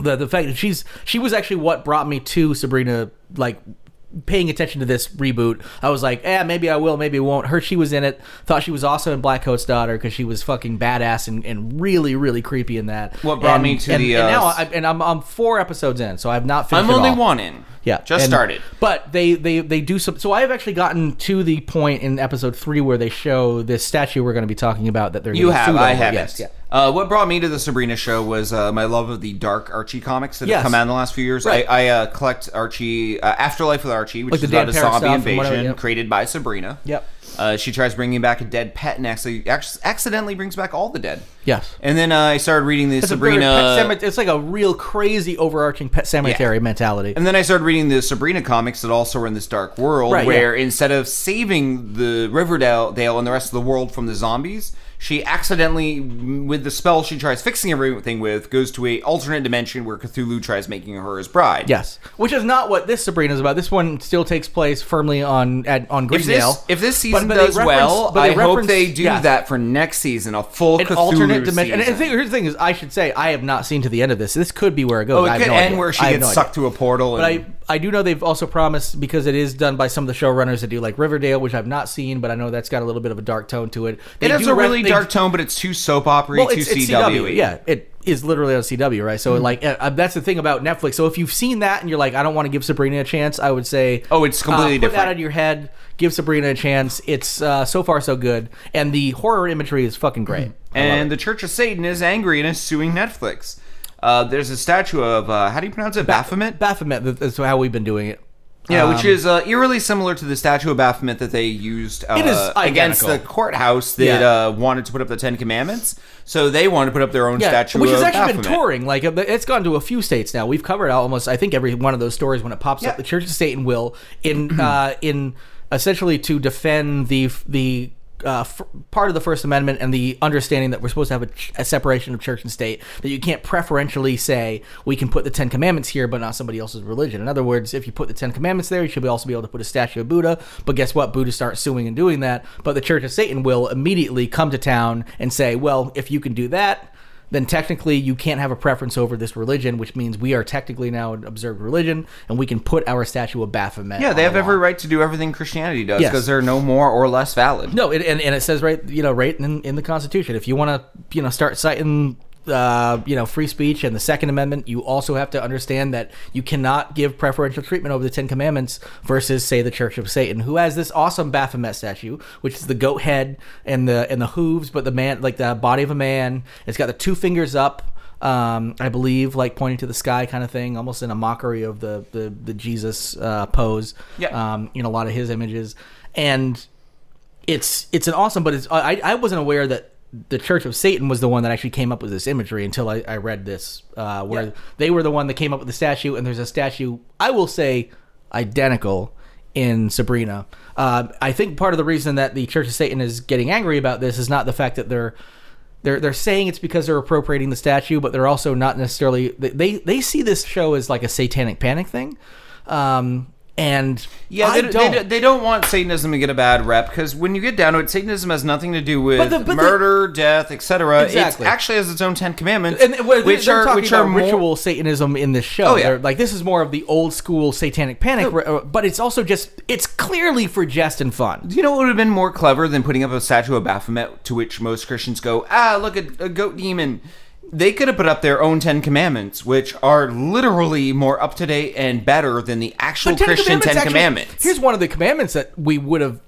Speaker 2: the the fact that she's she was actually what brought me to Sabrina, like paying attention to this reboot. I was like, eh, maybe I will, maybe I won't. Her she was in it. Thought she was awesome in Black Coat's Daughter because she was fucking badass and, and really really creepy in that.
Speaker 1: What brought
Speaker 2: And-
Speaker 1: me to
Speaker 2: and-
Speaker 1: the,
Speaker 2: and
Speaker 1: uh,
Speaker 2: now I, and I'm I'm four episodes in, so I've not finished.
Speaker 1: I'm
Speaker 2: it
Speaker 1: only
Speaker 2: all.
Speaker 1: one in.
Speaker 2: Yeah,
Speaker 1: Just
Speaker 2: and-
Speaker 1: started.
Speaker 2: But they they they do some. So I have actually gotten to the point in episode three where they show this statue we're going to be talking about that they're
Speaker 1: You
Speaker 2: gonna
Speaker 1: have,
Speaker 2: sue
Speaker 1: I
Speaker 2: over.
Speaker 1: haven't.
Speaker 2: Yes, yeah.
Speaker 1: uh, what brought me to the Sabrina show was uh, my love of the dark Archie comics that
Speaker 2: Yes.
Speaker 1: have come out in the last few years.
Speaker 2: Right.
Speaker 1: I, I uh, collect Archie, uh, Afterlife with Archie, which
Speaker 2: Like the
Speaker 1: is about
Speaker 2: Dan
Speaker 1: a
Speaker 2: Parrott
Speaker 1: zombie
Speaker 2: stuff and
Speaker 1: invasion
Speaker 2: whatever, yep.
Speaker 1: created by Sabrina.
Speaker 2: Yep.
Speaker 1: Uh, she tries bringing back a dead pet and actually ac- accidentally brings back all the dead.
Speaker 2: Yes.
Speaker 1: And then uh, I started reading the
Speaker 2: It's a very
Speaker 1: Sabrina.
Speaker 2: pet cemet- it's like a real crazy overarching pet cemetery mentality.
Speaker 1: And then I started reading the Sabrina comics that also were in this dark world,
Speaker 2: Right,
Speaker 1: where instead of saving the Riverdale Dale and the rest of the world from the zombies, she accidentally, with the spell she tries fixing everything with, goes to a alternate dimension where Cthulhu tries making her his bride.
Speaker 2: Yes, which is not what this Sabrina is about. This one still takes place firmly on at, on
Speaker 1: If
Speaker 2: Greendale.
Speaker 1: this, if this season
Speaker 2: but they
Speaker 1: does
Speaker 2: reference-
Speaker 1: well,
Speaker 2: but they
Speaker 1: I hope
Speaker 2: reference-
Speaker 1: they do
Speaker 2: yes.
Speaker 1: that for next season, a full
Speaker 2: an
Speaker 1: Cthulhu
Speaker 2: alternate dimension. And
Speaker 1: season.
Speaker 2: the thing, here's the thing: is I should say I have not seen to the end of this. This could be where it goes.
Speaker 1: oh,
Speaker 2: I
Speaker 1: it
Speaker 2: have
Speaker 1: could
Speaker 2: no
Speaker 1: end
Speaker 2: idea.
Speaker 1: where she
Speaker 2: I
Speaker 1: gets
Speaker 2: have no idea.
Speaker 1: sucked to a portal.
Speaker 2: But I
Speaker 1: and,
Speaker 2: I do know they've also promised because it is done by some of the showrunners that do like Riverdale, which I've not seen, but I know that's got a little bit of a dark tone to it. They
Speaker 1: it has
Speaker 2: do
Speaker 1: a
Speaker 2: ref-
Speaker 1: really
Speaker 2: they-
Speaker 1: dark tone, but it's too soap opera,
Speaker 2: Well,
Speaker 1: too
Speaker 2: it's, it's
Speaker 1: CW.
Speaker 2: CW. Yeah, it is literally on CW, right?
Speaker 1: Mm-hmm.
Speaker 2: So like uh, that's the thing about Netflix. So if you've seen that and you're like, I don't want to give Sabrina a chance, I would say,
Speaker 1: Oh, it's completely
Speaker 2: uh, put
Speaker 1: different.
Speaker 2: that on your head. Give Sabrina a chance. It's uh, so far so good, and the horror imagery is fucking great. I love
Speaker 1: and the Church of Satan is angry and is suing Netflix. Uh, there's a statue of uh, how do you pronounce it, Baphomet?
Speaker 2: it. Baphomet. th- That's how we've been doing it.
Speaker 1: yeah, which
Speaker 2: Um,
Speaker 1: is uh, eerily similar to the statue of Baphomet that they used uh,
Speaker 2: It is
Speaker 1: against the
Speaker 2: identical.
Speaker 1: courthouse that
Speaker 2: Yeah.
Speaker 1: uh, wanted to put up the Ten Commandments. So they wanted to put up their own
Speaker 2: Yeah,
Speaker 1: statue,
Speaker 2: which has
Speaker 1: of
Speaker 2: actually
Speaker 1: Baphomet.
Speaker 2: been touring. Like uh, it's gone to a few states now. We've covered almost, I think, every one of those stories when it pops
Speaker 1: Yeah.
Speaker 2: up. The Church of Satan will in uh, in essentially to defend the the. Uh, f- part of the First Amendment and the understanding that we're supposed to have a, ch- a separation of church and state, that you can't preferentially say we can put the Ten Commandments here, but not somebody else's religion. In other words, if you put the Ten Commandments there, you should be also be able to put a statue of Buddha. But guess what? Buddhists aren't suing and doing that. But the Church of Satan will immediately come to town and say, well, if you can do that, then technically you can't have a preference over this religion, which means we are technically now an observed religion, and we can put our statue of Baphomet.
Speaker 1: Yeah, they
Speaker 2: on
Speaker 1: have
Speaker 2: the
Speaker 1: every
Speaker 2: wall.
Speaker 1: right to do everything Christianity does
Speaker 2: Oh, Yes.
Speaker 1: because they're no more or less valid.
Speaker 2: No, it, and, and it says right, you know, right in, in the Constitution. If you want to, you know, start citing, uh, you know, free speech and the Second Amendment, you also have to understand that you cannot give preferential treatment over the Ten Commandments versus, say, the Church of Satan, who has this awesome Baphomet statue, which is the goat head and the and the hooves, but the man, like the body of a man. It's got the two fingers up. um, I believe, like pointing to the sky kind of thing, almost in a mockery of the the, the Jesus uh, pose.
Speaker 1: Yeah.
Speaker 2: Um, in a lot of his images, and it's it's an awesome, but it's I I wasn't aware that the Church of Satan was the one that actually came up with this imagery until I, I read this, uh, where
Speaker 1: Yeah.
Speaker 2: they were the one that came up with the statue, and there's a statue I will say identical in Sabrina. Um I think part of the reason that the Church of Satan is getting angry about this is not the fact that they're they're they're saying it's because they're appropriating the statue, but they're also not necessarily they they, they see this show as like a satanic panic thing. Um, And
Speaker 1: Yeah,
Speaker 2: I
Speaker 1: they,
Speaker 2: don't.
Speaker 1: They, they don't want Satanism to get a bad rep because when you get down to it, Satanism has nothing to do with
Speaker 2: But the- but the-
Speaker 1: murder, death, etc.
Speaker 2: Exactly.
Speaker 1: It actually has its own Ten Commandments,
Speaker 2: and well,
Speaker 1: which
Speaker 2: they're
Speaker 1: are
Speaker 2: talking
Speaker 1: which
Speaker 2: about
Speaker 1: are more-
Speaker 2: ritual Satanism in this show.
Speaker 1: Oh, yeah.
Speaker 2: They're like this is more of the old school satanic panic, uh, but it's also just it's clearly for jest and fun.
Speaker 1: Do you know what would have been more clever than putting up a statue of Baphomet to which most Christians go, ah, look at a goat demon? They could have put up their own Ten Commandments, which are literally more up to date and better than the actual
Speaker 2: But Ten
Speaker 1: Christian
Speaker 2: Commandments
Speaker 1: Ten
Speaker 2: actually-
Speaker 1: Commandments.
Speaker 2: Here's one of the commandments that we would have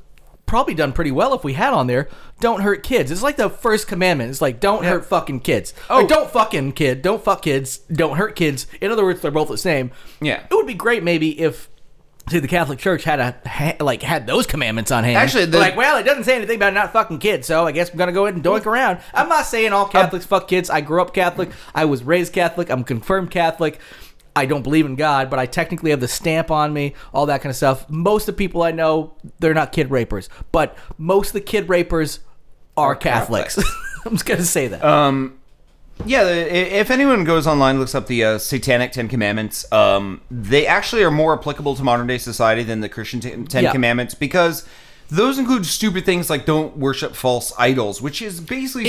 Speaker 2: probably done pretty well if we had on there. Don't hurt kids. It's like the first commandment. It's like don't hurt fucking kids. Oh,
Speaker 1: Oh.
Speaker 2: don't fucking kid. Don't fuck kids. Don't hurt kids. In other words, they're both the same.
Speaker 1: Yeah.
Speaker 2: It would be great maybe if. See, the Catholic Church had a ha, like had those commandments on hand.
Speaker 1: Actually, the-
Speaker 2: They're like, well, it doesn't say anything about not fucking kids, so I guess I'm gonna go ahead and doink around. I'm not saying all Catholics fuck kids. I grew up Catholic. I was raised Catholic. I'm confirmed Catholic. I don't believe in God, but I technically have the stamp on me, all that kind of stuff. Most of the people I know, they're not kid rapers, but most of the kid rapers are Catholics. I'm just gonna say that.
Speaker 1: Um, Yeah, the- i- if anyone goes online looks up the uh, Satanic Ten Commandments, um, they actually are more applicable to modern day society than the Christian Ten, Ten
Speaker 2: Yeah.
Speaker 1: Commandments because those include stupid things like don't worship false idols, which is basically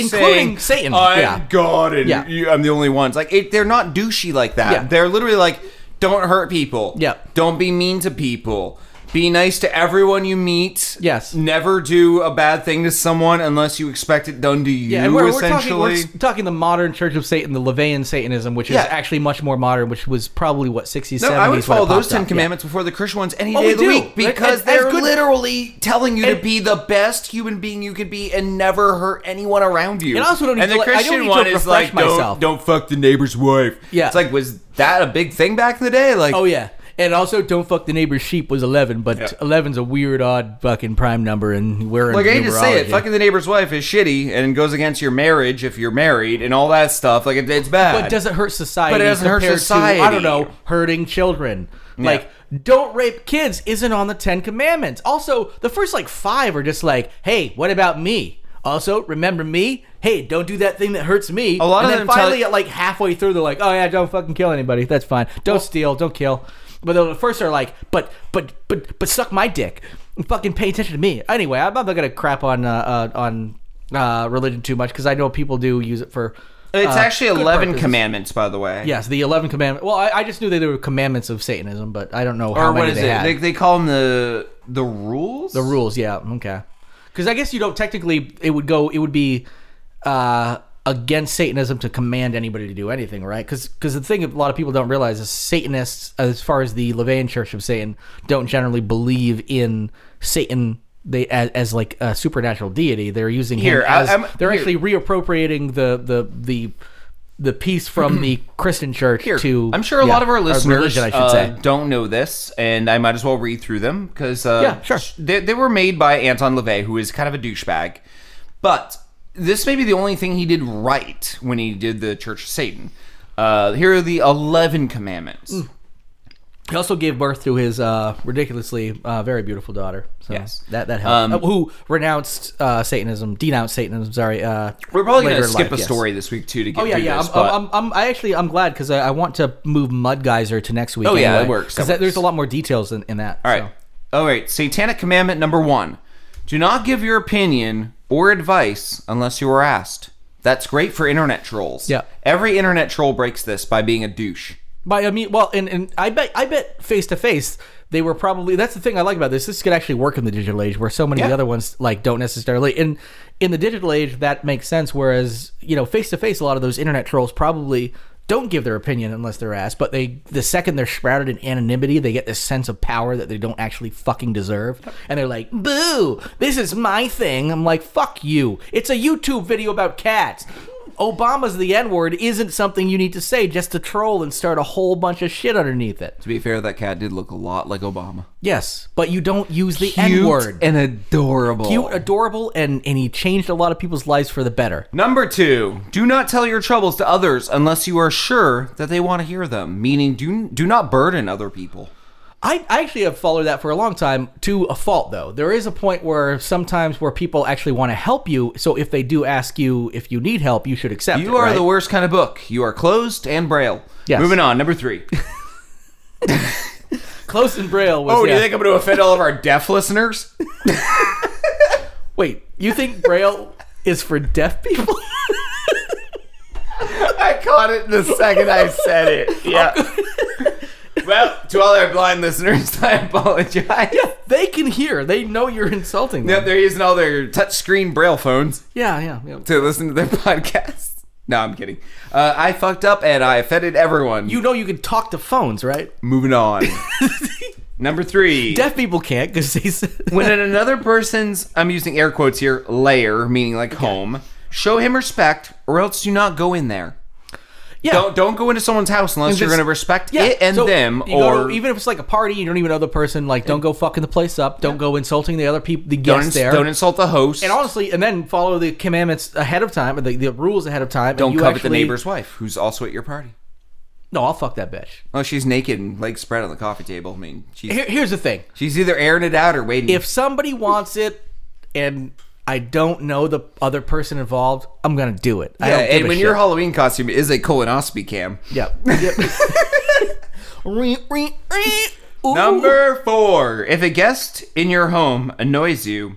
Speaker 1: saying,
Speaker 2: Including Satan,
Speaker 1: I'm
Speaker 2: yeah.
Speaker 1: God and
Speaker 2: Yeah.
Speaker 1: you, I'm the only one. It's like it, they're not douchey like that.
Speaker 2: Yeah.
Speaker 1: They're literally like, don't hurt people.
Speaker 2: Yeah.
Speaker 1: Don't be mean to people. Be nice to everyone you meet.
Speaker 2: Yes.
Speaker 1: Never do a bad thing to someone unless you expect it done to you.
Speaker 2: Yeah, and we're, we're talking,
Speaker 1: essentially.
Speaker 2: we're s- talking the modern Church of Satan, the Levian Satanism, which
Speaker 1: Yeah.
Speaker 2: is actually much more modern, which was probably what sixties,
Speaker 1: No,
Speaker 2: seventies.
Speaker 1: I would
Speaker 2: when it
Speaker 1: follow those
Speaker 2: popped
Speaker 1: Ten
Speaker 2: up.
Speaker 1: Commandments before the Christian ones any
Speaker 2: Oh,
Speaker 1: day
Speaker 2: we
Speaker 1: of the
Speaker 2: do.
Speaker 1: week
Speaker 2: Like,
Speaker 1: because
Speaker 2: as- as
Speaker 1: they're
Speaker 2: good-
Speaker 1: literally telling you to
Speaker 2: And-
Speaker 1: be the best human being you can be and never hurt anyone around you.
Speaker 2: And I also don't need
Speaker 1: and
Speaker 2: to,
Speaker 1: the
Speaker 2: like- I don't
Speaker 1: Christian
Speaker 2: need to
Speaker 1: one is
Speaker 2: refresh
Speaker 1: like,
Speaker 2: myself.
Speaker 1: Don't, don't fuck the neighbor's wife.
Speaker 2: Yeah.
Speaker 1: it's like was that a big thing back in the day? Like,
Speaker 2: Yeah. Oh yeah, and also don't fuck the neighbor's sheep was eleven, but eleven's a weird, odd fucking prime number, and we're in
Speaker 1: Like I hate to say it,
Speaker 2: numerology.
Speaker 1: fucking the neighbor's wife is shitty and goes against your marriage if you're married and all that stuff. Like it, it's bad.
Speaker 2: But does it hurt society?
Speaker 1: But it doesn't hurt
Speaker 2: compared To, I
Speaker 1: society.
Speaker 2: don't know, hurting children. Like, don't rape kids isn't on the Ten Commandments. Also, the first like five are just like, hey, what about me? Also, remember me? Hey, don't do that thing that hurts me. A
Speaker 1: lot
Speaker 2: and
Speaker 1: of
Speaker 2: then
Speaker 1: them tell-
Speaker 2: finally, at like halfway through, they're like, oh yeah, don't fucking kill anybody. That's fine. Don't steal. Don't kill. But the first are like, but but but but suck my dick. And fucking pay attention to me. Anyway, I'm not gonna crap on uh, uh, on uh, religion too much because I know people do use it for.
Speaker 1: it's
Speaker 2: uh,
Speaker 1: actually
Speaker 2: good
Speaker 1: eleven
Speaker 2: purposes.
Speaker 1: commandments, by the way.
Speaker 2: Yes, the eleven commandments. Well, I, I just knew that they were commandments of Satanism, but I don't know how
Speaker 1: or what
Speaker 2: many
Speaker 1: is
Speaker 2: they
Speaker 1: it?
Speaker 2: had.
Speaker 1: They, they call them the the rules.
Speaker 2: the rules, yeah, okay. Because I guess you don't technically. It would go. It would be uh, against Satanism to command anybody to do anything, right? Because the thing a lot of people don't realize is Satanists, as far as the Levian Church of Satan, don't generally believe in Satan. They as, as like a supernatural deity. They're using
Speaker 1: Here,
Speaker 2: him
Speaker 1: I-
Speaker 2: as
Speaker 1: I'm-
Speaker 2: they're
Speaker 1: here.
Speaker 2: actually reappropriating the the the. The piece from the Christian church
Speaker 1: Here,
Speaker 2: to
Speaker 1: I'm sure a
Speaker 2: yeah,
Speaker 1: lot of
Speaker 2: or
Speaker 1: our listeners
Speaker 2: religion, I should
Speaker 1: uh,
Speaker 2: say.
Speaker 1: don't know this, and I might as well read through them because uh,
Speaker 2: Yeah, sure.
Speaker 1: they, they were made by Anton LaVey, who is kind of a douchebag, but this may be the only thing he did right when he did the Church of Satan. Uh, here are the eleven commandments.
Speaker 2: He also gave birth to his uh, ridiculously uh, very beautiful daughter. So
Speaker 1: Yes. Um,
Speaker 2: that that helped. Uh, who renounced uh, Satanism, denounced Satanism. Sorry, uh,
Speaker 1: We're probably going
Speaker 2: later
Speaker 1: to
Speaker 2: in
Speaker 1: skip
Speaker 2: life,
Speaker 1: a
Speaker 2: yes.
Speaker 1: story this week too to get
Speaker 2: Oh yeah,
Speaker 1: through
Speaker 2: yeah.
Speaker 1: this.
Speaker 2: I'm,
Speaker 1: but
Speaker 2: I'm, I'm, I actually I'm glad because I, I want to move Mudgeyser to next week.
Speaker 1: Oh, yeah,
Speaker 2: anyway,
Speaker 1: that works, that
Speaker 2: 'cause that- there's
Speaker 1: works.
Speaker 2: a lot more details in, in that.
Speaker 1: all right, all right. Satanic commandment number one: Do not give your opinion or advice unless you are asked. That's great for internet trolls.
Speaker 2: Yeah.
Speaker 1: Every internet troll breaks this by being a douche.
Speaker 2: But I mean, well, and, and I bet I bet face to face they were probably that's the thing I like about this. This could actually work in the digital age where so many of
Speaker 1: Yeah.
Speaker 2: the other ones like don't necessarily. And in the digital age, that makes sense. Whereas you know, face to face, a lot of those internet trolls probably don't give their opinion unless they're asked. But they the second they're shrouded in anonymity, they get this sense of power that they don't actually fucking deserve, and they're like, "Boo! This is my thing." I'm like, "Fuck you! It's a YouTube video about cats." Obama's the N word isn't something you need to say just to troll and start a whole bunch of shit underneath it.
Speaker 1: To be fair, that cat did look a lot like Obama.
Speaker 2: Yes, but you don't use the N word.
Speaker 1: and adorable.
Speaker 2: Cute, adorable, and and he changed a lot of people's lives for the better.
Speaker 1: Number two, do not tell your troubles to others unless you are sure that they want to hear them. Meaning, do do not burden other people.
Speaker 2: I, I actually have followed that for a long time to a fault though. There is a point where sometimes where people actually want to help you, so if they do ask you if you need help, you should accept it.
Speaker 1: You are
Speaker 2: right?
Speaker 1: the worst kind of book. You are closed and braille.
Speaker 2: Yes.
Speaker 1: Moving on. Number three.
Speaker 2: Close in Braille was.
Speaker 1: Oh, do
Speaker 2: yeah.
Speaker 1: you think I'm going to offend all of our deaf listeners?
Speaker 2: Wait, you think Braille is for deaf people?
Speaker 1: I caught it the second I said it. Yeah. well, to all our blind listeners, I apologize.
Speaker 2: they can hear. They know you're insulting
Speaker 1: Yep,
Speaker 2: them.
Speaker 1: they're using all their touchscreen braille phones
Speaker 2: Yeah, yeah, yeah.
Speaker 1: to listen to their podcast. No, I'm kidding. Uh, I fucked up and I offended everyone.
Speaker 2: You know you can talk to phones, right?
Speaker 1: moving on. Number three.
Speaker 2: Deaf people can't because they said.
Speaker 1: when in another person's I'm using air quotes here, lair, meaning like home, show him respect or else do not go in there.
Speaker 2: yeah.
Speaker 1: Don't don't go into someone's house unless you're
Speaker 2: it's-
Speaker 1: gonna respect
Speaker 2: Yeah,
Speaker 1: it and
Speaker 2: so
Speaker 1: them
Speaker 2: you go
Speaker 1: or
Speaker 2: to- even if it's like a party, you don't even know the person. Like, don't go fucking the place up. Don't go insulting the other people, the
Speaker 1: don't,
Speaker 2: guests
Speaker 1: ins-
Speaker 2: there.
Speaker 1: don't insult the host.
Speaker 2: and honestly, and then follow the commandments ahead of time, or the, the rules ahead of time. and
Speaker 1: Don't
Speaker 2: you
Speaker 1: covet
Speaker 2: actually-
Speaker 1: the neighbor's wife, who's also at your party.
Speaker 2: No, I'll fuck that bitch.
Speaker 1: Oh, she's naked and legs spread on the coffee table. I mean, she's,
Speaker 2: Here, here's the thing:
Speaker 1: she's either airing it out or waiting.
Speaker 2: if somebody wants it, and I don't know the other person involved, I'm gonna do it. I
Speaker 1: yeah,
Speaker 2: don't give
Speaker 1: and
Speaker 2: a
Speaker 1: when
Speaker 2: shit.
Speaker 1: your Halloween costume is a colonoscopy cam.
Speaker 2: yeah. Yep.
Speaker 1: Number four. If a guest in your home annoys you,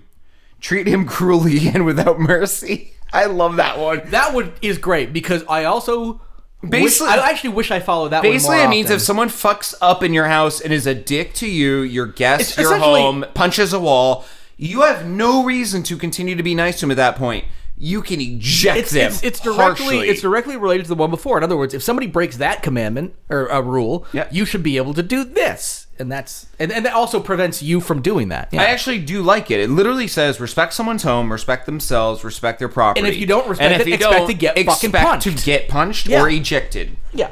Speaker 1: treat him cruelly and without mercy. I love that one.
Speaker 2: that one is great because I also
Speaker 1: Basically-
Speaker 2: wish, I actually wish I followed that.
Speaker 1: Basically,
Speaker 2: one
Speaker 1: it
Speaker 2: more
Speaker 1: means
Speaker 2: often.
Speaker 1: if someone fucks up in your house and is a dick to you, your guest,
Speaker 2: It's
Speaker 1: your
Speaker 2: essentially-
Speaker 1: home, punches a wall, you have no reason to continue to be nice to him at that point. You can eject
Speaker 2: it's,
Speaker 1: them.
Speaker 2: it's, it's directly
Speaker 1: harshly.
Speaker 2: it's directly related to the one before. In other words, if somebody breaks that commandment or a rule,
Speaker 1: Yeah.
Speaker 2: you should be able to do this, and that's and, and that also prevents you from doing that. Yeah.
Speaker 1: I actually do like it. It literally says respect someone's home, respect themselves, respect their property.
Speaker 2: And if you don't respect
Speaker 1: And if
Speaker 2: it,
Speaker 1: you
Speaker 2: expect
Speaker 1: don't,
Speaker 2: to get fucking
Speaker 1: expect
Speaker 2: punched.
Speaker 1: to get punched
Speaker 2: Yeah.
Speaker 1: or ejected.
Speaker 2: yeah.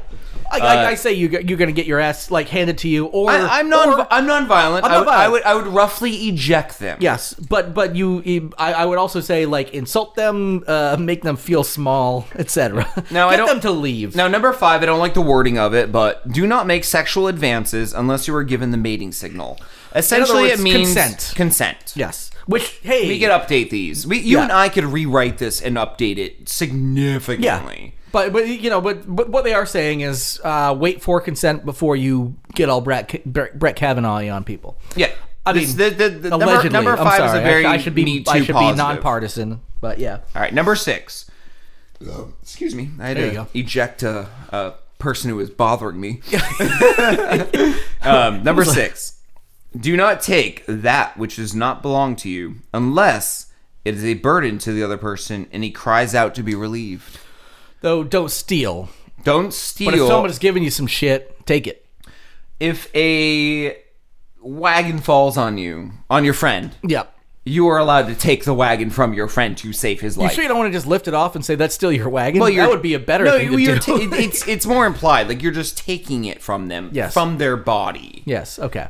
Speaker 2: I, I, I say you, you're going to get your ass like handed to you, or
Speaker 1: Uh, I, am non.
Speaker 2: or-
Speaker 1: I'm non-violent.
Speaker 2: I'm
Speaker 1: I, would, I
Speaker 2: nonviolent.
Speaker 1: would. I would roughly eject them.
Speaker 2: yes, but but you, you- I, I would also say like insult them, uh, make them feel small, etc.
Speaker 1: Now, I
Speaker 2: get
Speaker 1: don't-
Speaker 2: them to leave.
Speaker 1: Now, number five, I don't like the wording of it, but do not make sexual advances unless you are given the mating signal. Essentially,
Speaker 2: words,
Speaker 1: it means
Speaker 2: consent.
Speaker 1: Consent.
Speaker 2: yes, which hey,
Speaker 1: We could update these. We, you
Speaker 2: Yeah.
Speaker 1: and I could rewrite this and update it significantly.
Speaker 2: Yeah. But, but you know, but, but what they are saying is uh, wait for consent before you get all Brett, Ca- Brett, Brett Kavanaugh on people.
Speaker 1: Yeah.
Speaker 2: I
Speaker 1: This-
Speaker 2: mean,
Speaker 1: the- the- the number-
Speaker 2: Allegedly.
Speaker 1: number
Speaker 2: I'm
Speaker 1: five is
Speaker 2: sorry.
Speaker 1: a very
Speaker 2: I should, I should be,
Speaker 1: Me
Speaker 2: I
Speaker 1: Too
Speaker 2: should
Speaker 1: positive.
Speaker 2: be nonpartisan, but yeah.
Speaker 1: All right, number six. Excuse me. I had
Speaker 2: There
Speaker 1: to
Speaker 2: you go.
Speaker 1: eject a, a person who was bothering me. um, number six. Do not take that which does not belong to you unless it is a burden to the other person and he cries out to be relieved.
Speaker 2: Though don't steal.
Speaker 1: Don't steal.
Speaker 2: But if someone's giving you some shit, take it.
Speaker 1: if a wagon falls on you, on your friend,
Speaker 2: Yeah.
Speaker 1: you are allowed to take the wagon from your friend to save his
Speaker 2: You
Speaker 1: life.
Speaker 2: sure you don't want to just lift it off and say that's still your wagon?
Speaker 1: Well,
Speaker 2: that
Speaker 1: you're-
Speaker 2: would be a better
Speaker 1: no,
Speaker 2: thing to
Speaker 1: you're
Speaker 2: do.
Speaker 1: ta- it- it's it's more implied. Like you're just taking it from them,
Speaker 2: Yes.
Speaker 1: from their body.
Speaker 2: yes. Okay.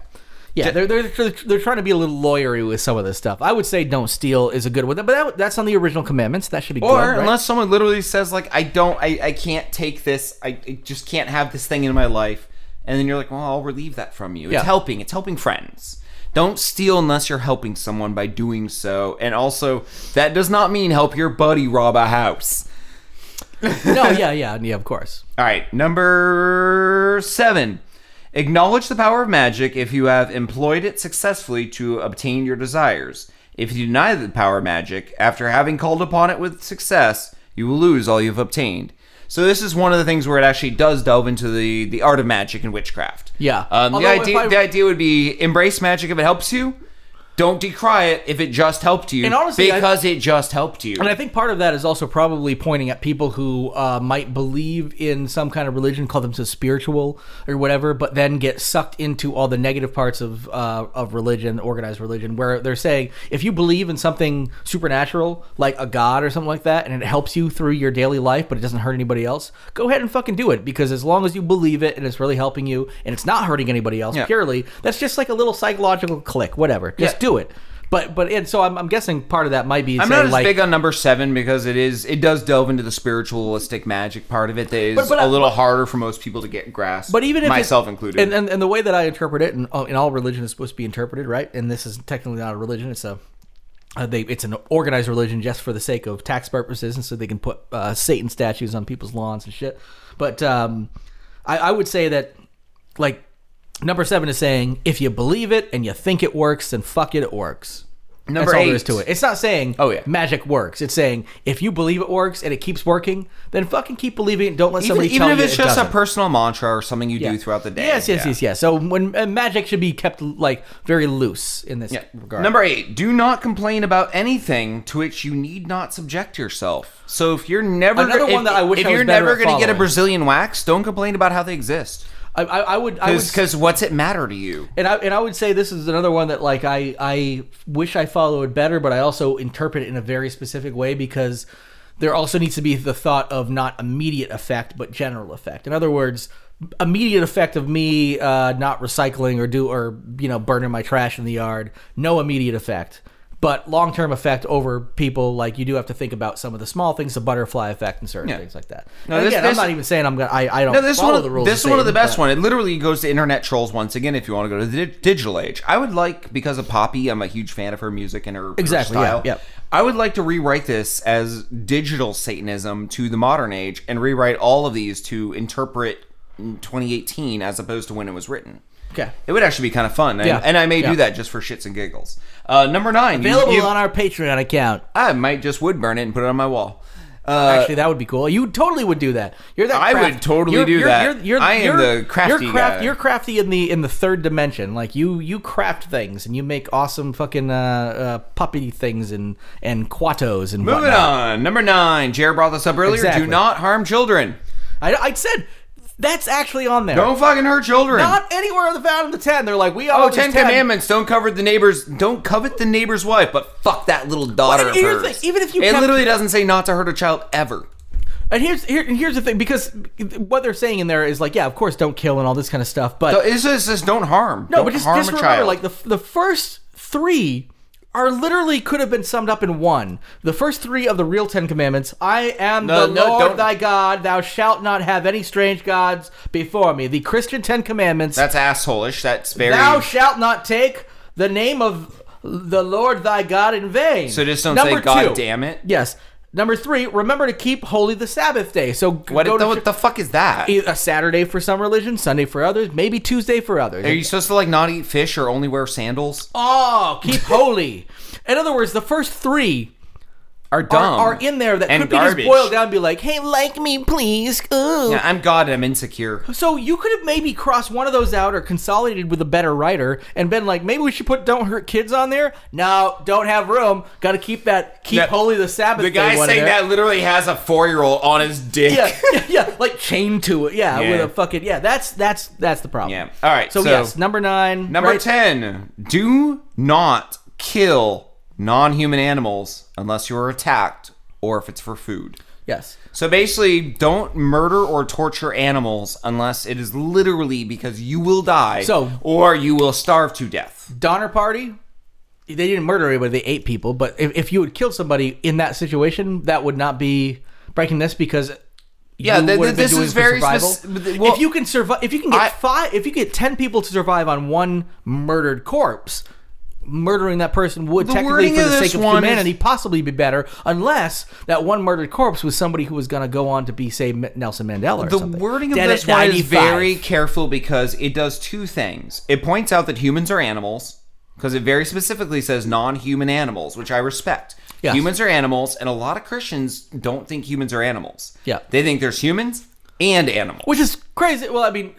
Speaker 2: Yeah, they're, they're, they're, they're trying to be a little lawyery with some of this stuff. I would say don't steal is a good one, but that, that's on the original commandments. That should be good.
Speaker 1: Or
Speaker 2: right?
Speaker 1: unless someone literally says like, "I don't, I, I can't take this. I, I just can't have this thing in my life," and then you're like, "Well, I'll relieve that from you. It's
Speaker 2: Yeah.
Speaker 1: helping. It's helping friends." Don't steal unless you're helping someone by doing so. And also, that does not mean help your buddy rob a house.
Speaker 2: no, yeah, yeah, yeah, of course.
Speaker 1: All right, number seven. Acknowledge the power of magic if you have employed it successfully to obtain your desires. If you deny the power of magic, after having called upon it with success, you will lose all you've obtained. So this is one of the things where it actually does delve into the, the art of magic and witchcraft.
Speaker 2: Yeah.
Speaker 1: Um, the
Speaker 2: Although if
Speaker 1: idea
Speaker 2: I-
Speaker 1: the idea would be embrace magic if it helps you. Don't decry it if it just helped you.
Speaker 2: And honestly, I-
Speaker 1: because it just helped you.
Speaker 2: And I think part of that is also probably pointing at people who uh, might believe in some kind of religion, call themselves spiritual or whatever, but then get sucked into all the negative parts of uh, of religion, organized religion, where they're saying if you believe in something supernatural, like a god or something like that, and it helps you through your daily life, but it doesn't hurt anybody else, go ahead and fucking do it because as long as you believe it and it's really helping you and it's not hurting anybody else
Speaker 1: Yeah.
Speaker 2: purely, that's just like a little psychological click, whatever. Just
Speaker 1: Yeah.
Speaker 2: do it. But but and so I'm, I'm guessing part of that might be
Speaker 1: I'm
Speaker 2: saying
Speaker 1: not as
Speaker 2: like
Speaker 1: big on number seven because it is it does delve into the spiritualistic magic part of it that is
Speaker 2: But- but I-
Speaker 1: a little harder for most people to get grasp.
Speaker 2: But even if it-
Speaker 1: myself included,
Speaker 2: and, and and the way that I interpret it, and, uh, and all religion is supposed to be interpreted, right? And this is technically not a religion; it's a uh, they it's an organized religion just for the sake of tax purposes, and so they can put uh, Satan statues on people's lawns and shit. But um, I, I would say that like Number seven is saying, if you believe it and you think it works, then fuck it, it works.
Speaker 1: Number
Speaker 2: That's all there is
Speaker 1: eight.
Speaker 2: to it. It's not saying
Speaker 1: Oh, yeah.
Speaker 2: magic works. It's saying if you believe it works and it keeps working, then fucking keep believing it. and Don't let
Speaker 1: Even,
Speaker 2: somebody
Speaker 1: even
Speaker 2: tell
Speaker 1: if
Speaker 2: you
Speaker 1: it's
Speaker 2: it
Speaker 1: just
Speaker 2: doesn't.
Speaker 1: a personal mantra or something you
Speaker 2: Yeah.
Speaker 1: do throughout the day.
Speaker 2: Yes, yes,
Speaker 1: Yeah.
Speaker 2: yes, yes. So when uh, magic should be kept like very loose in this regard.
Speaker 1: Number eight, do not complain about anything to which you need not subject yourself. So if you're never
Speaker 2: Another
Speaker 1: if,
Speaker 2: one that I wish
Speaker 1: if
Speaker 2: I was
Speaker 1: you're
Speaker 2: better
Speaker 1: never
Speaker 2: at
Speaker 1: gonna get a
Speaker 2: following.
Speaker 1: Brazilian wax, don't complain about how they exist.
Speaker 2: I, I, I would, I would,
Speaker 1: Because what's it matter to you?
Speaker 2: and I and I would say this is another one that like I I wish I followed better, but I also interpret it in a very specific way because there also needs to be the thought of not immediate effect but general effect. In other words, immediate effect of me uh, not recycling or do or you know burning my trash in the yard, no immediate effect. But long term effect over people, like you do have to think about some of the small things, the butterfly effect, and certain
Speaker 1: Yeah.
Speaker 2: things like that.
Speaker 1: No,
Speaker 2: And
Speaker 1: this-
Speaker 2: again,
Speaker 1: this-
Speaker 2: I'm not even saying I'm gonna. I, I don't.
Speaker 1: No, this is
Speaker 2: follow
Speaker 1: one of
Speaker 2: the rules.
Speaker 1: this is
Speaker 2: the
Speaker 1: one of the
Speaker 2: same,
Speaker 1: best
Speaker 2: but-
Speaker 1: one. It literally goes to internet trolls once again. If you want to go to the dig- digital age, I would like because of Poppy, I'm a huge fan of her music and her her
Speaker 2: Exactly, yeah,
Speaker 1: style.
Speaker 2: yeah.
Speaker 1: I would like to rewrite this as digital Satanism to the modern age and rewrite all of these to interpret 2018 as opposed to when it was written.
Speaker 2: Okay.
Speaker 1: It would actually be kind of fun, and,
Speaker 2: Yeah.
Speaker 1: and I may
Speaker 2: Yeah.
Speaker 1: do that just for shits and giggles. Uh, number nine, you-
Speaker 2: Available
Speaker 1: you-
Speaker 2: on our Patreon account.
Speaker 1: I might just wood burn it and put it on my wall. Uh,
Speaker 2: Actually, that would be cool. You totally would do that. You're that.
Speaker 1: I
Speaker 2: craft-
Speaker 1: would totally do that. I am the crafty
Speaker 2: you're craft-
Speaker 1: guy.
Speaker 2: You're crafty in the in the third dimension. Like you, you craft things and you make awesome fucking uh, uh, puppy things and and quatos and
Speaker 1: moving
Speaker 2: whatnot.
Speaker 1: on, number nine. Jared brought this up earlier.
Speaker 2: Exactly.
Speaker 1: Do not harm children.
Speaker 2: I, I said that's actually on there.
Speaker 1: Don't fucking hurt children.
Speaker 2: Not anywhere found in the ten. They're like we all
Speaker 1: Oh,
Speaker 2: these
Speaker 1: Ten Commandments! Don't cover the neighbor's. Don't covet the neighbor's wife, but fuck that little daughter
Speaker 2: Well,
Speaker 1: of
Speaker 2: and
Speaker 1: hers.
Speaker 2: here's the thing, even if you
Speaker 1: it
Speaker 2: kept-
Speaker 1: literally doesn't say not to hurt a child ever.
Speaker 2: And here's here, and here's the thing because what they're saying in there is like yeah, of course, don't kill and all this kind of stuff. But
Speaker 1: So it's just, it's just don't harm.
Speaker 2: No,
Speaker 1: don't
Speaker 2: but just,
Speaker 1: harm
Speaker 2: just
Speaker 1: a
Speaker 2: remember,
Speaker 1: child.
Speaker 2: like the the first three are literally could have been summed up in one. The first three of the real Ten Commandments: "I am
Speaker 1: No,
Speaker 2: the
Speaker 1: no,
Speaker 2: Lord
Speaker 1: don't-
Speaker 2: thy God; thou shalt not have any strange gods before me." The Christian Ten Commandments:
Speaker 1: that's assholeish. That's very.
Speaker 2: "Thou shalt not take the name of the Lord thy God in vain."
Speaker 1: so just don't say
Speaker 2: Number
Speaker 1: God
Speaker 2: two-
Speaker 1: damn it.
Speaker 2: Yes. Number three: Remember to keep holy the Sabbath day. So g-
Speaker 1: What,
Speaker 2: go
Speaker 1: the,
Speaker 2: to
Speaker 1: what the fuck is that?
Speaker 2: a Saturday for some religions, Sunday for others, maybe Tuesday for others.
Speaker 1: Are you supposed to like not eat fish or only wear sandals?
Speaker 2: Oh, keep holy. In other words, the first three
Speaker 1: Are
Speaker 2: are,
Speaker 1: dumb?
Speaker 2: are in there that
Speaker 1: and
Speaker 2: could be
Speaker 1: garbage.
Speaker 2: just boiled down and be like, hey, like me, please. Ooh.
Speaker 1: Yeah, I'm God and I'm insecure.
Speaker 2: So you could have maybe crossed one of those out or consolidated with a better writer and been like, maybe we should put "Don't Hurt Kids" on there. No, don't have room. Got to keep that keep
Speaker 1: Yeah.
Speaker 2: holy the Sabbath.
Speaker 1: The guy
Speaker 2: thing one in
Speaker 1: saying
Speaker 2: there.
Speaker 1: that literally has a four year old on his dick.
Speaker 2: Yeah, yeah, yeah, like chained to it. Yeah,
Speaker 1: Yeah.
Speaker 2: with a fucking yeah. That's that's that's the problem.
Speaker 1: Yeah. All right,
Speaker 2: So,
Speaker 1: so-
Speaker 2: yes, number nine.
Speaker 1: Number
Speaker 2: right?
Speaker 1: 10, do not kill non human animals unless you're attacked or if it's for food.
Speaker 2: Yes.
Speaker 1: So basically, don't murder or torture animals unless it is literally because you will die
Speaker 2: So-
Speaker 1: or you will starve to death.
Speaker 2: Donner Party, they didn't murder anybody, they ate people. But if, if you had killed somebody in that situation, that would not be breaking this because
Speaker 1: Yeah,
Speaker 2: you
Speaker 1: th-
Speaker 2: would
Speaker 1: th-
Speaker 2: have been
Speaker 1: this
Speaker 2: doing
Speaker 1: is
Speaker 2: it for
Speaker 1: very
Speaker 2: survival.
Speaker 1: spec- well-
Speaker 2: if you can survive, if you can get
Speaker 1: I-
Speaker 2: five, if you get ten people to survive on one murdered corpse. Murdering that person would technically,
Speaker 1: wording
Speaker 2: for
Speaker 1: of
Speaker 2: the
Speaker 1: this
Speaker 2: sake of
Speaker 1: one is-
Speaker 2: humanity, possibly be better, unless that one murdered corpse was somebody who was going to go on to be, say, M- Nelson Mandela. Or
Speaker 1: The
Speaker 2: something.
Speaker 1: wording of
Speaker 2: Dead
Speaker 1: this
Speaker 2: at
Speaker 1: one is
Speaker 2: 95.
Speaker 1: very careful because it does two things. It points out that humans are animals because it very specifically says non-human animals, which I respect.
Speaker 2: Yes.
Speaker 1: Humans are animals, and a lot of Christians don't think humans are animals.
Speaker 2: Yeah.
Speaker 1: they think there's humans and animals.
Speaker 2: which is crazy. Well, I mean,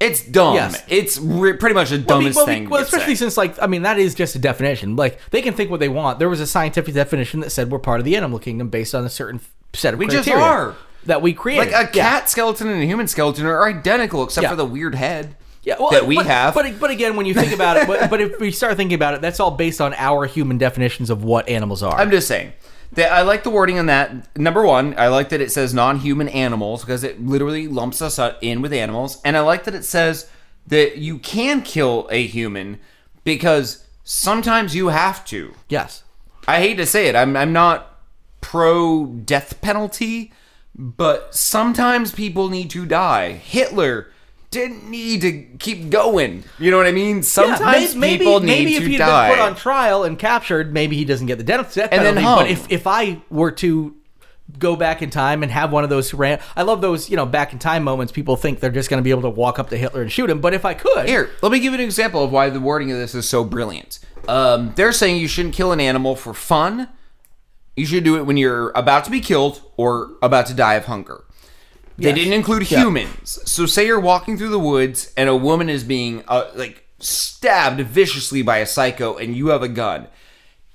Speaker 1: It's dumb.
Speaker 2: Yes.
Speaker 1: It's re- pretty much the
Speaker 2: I mean,
Speaker 1: dumbest
Speaker 2: well, we-
Speaker 1: thing.
Speaker 2: well,
Speaker 1: you could
Speaker 2: especially
Speaker 1: say.
Speaker 2: since like I mean that is just a definition. Like they can think what they want. There was a scientific definition that said we're part of the animal kingdom based on a certain f- set of we
Speaker 1: just
Speaker 2: criteria
Speaker 1: are.
Speaker 2: that we create.
Speaker 1: like a cat skeleton and a human skeleton are identical except
Speaker 2: Yeah.
Speaker 1: for the weird head
Speaker 2: Yeah, well,
Speaker 1: that we
Speaker 2: but,
Speaker 1: have.
Speaker 2: But but again, when you think about it, but, but if we start thinking about it, that's all based on our human definitions of what animals are.
Speaker 1: I'm just saying that I like the wording on that. Number one, I like that it says non-human animals because it literally lumps us out- in with animals, and I like that it says that you can kill a human because sometimes you have to.
Speaker 2: yes.
Speaker 1: I hate to say it, I'm I'm not pro death penalty, but sometimes people need to die. Hitler didn't need to keep going. You know what I mean? Sometimes
Speaker 2: Yeah, may- maybe,
Speaker 1: people need
Speaker 2: maybe
Speaker 1: to
Speaker 2: if he'd
Speaker 1: die.
Speaker 2: been put on trial and captured, maybe he doesn't get the death, death
Speaker 1: And
Speaker 2: penalty.
Speaker 1: then hung.
Speaker 2: but if, if I were to go back in time and have one of those rant. I love those, you know, back in time moments. People think they're just going to be able to walk up to Hitler and shoot him. But if I could,
Speaker 1: Here, let me give you an example of why the wording of this is so brilliant. Um, they're saying you shouldn't kill an animal for fun. You should do it when you're about to be killed or about to die of hunger. They
Speaker 2: Yes.
Speaker 1: didn't include humans. So, say you're walking through the woods and a woman is being uh, like stabbed viciously by a psycho, and you have a gun.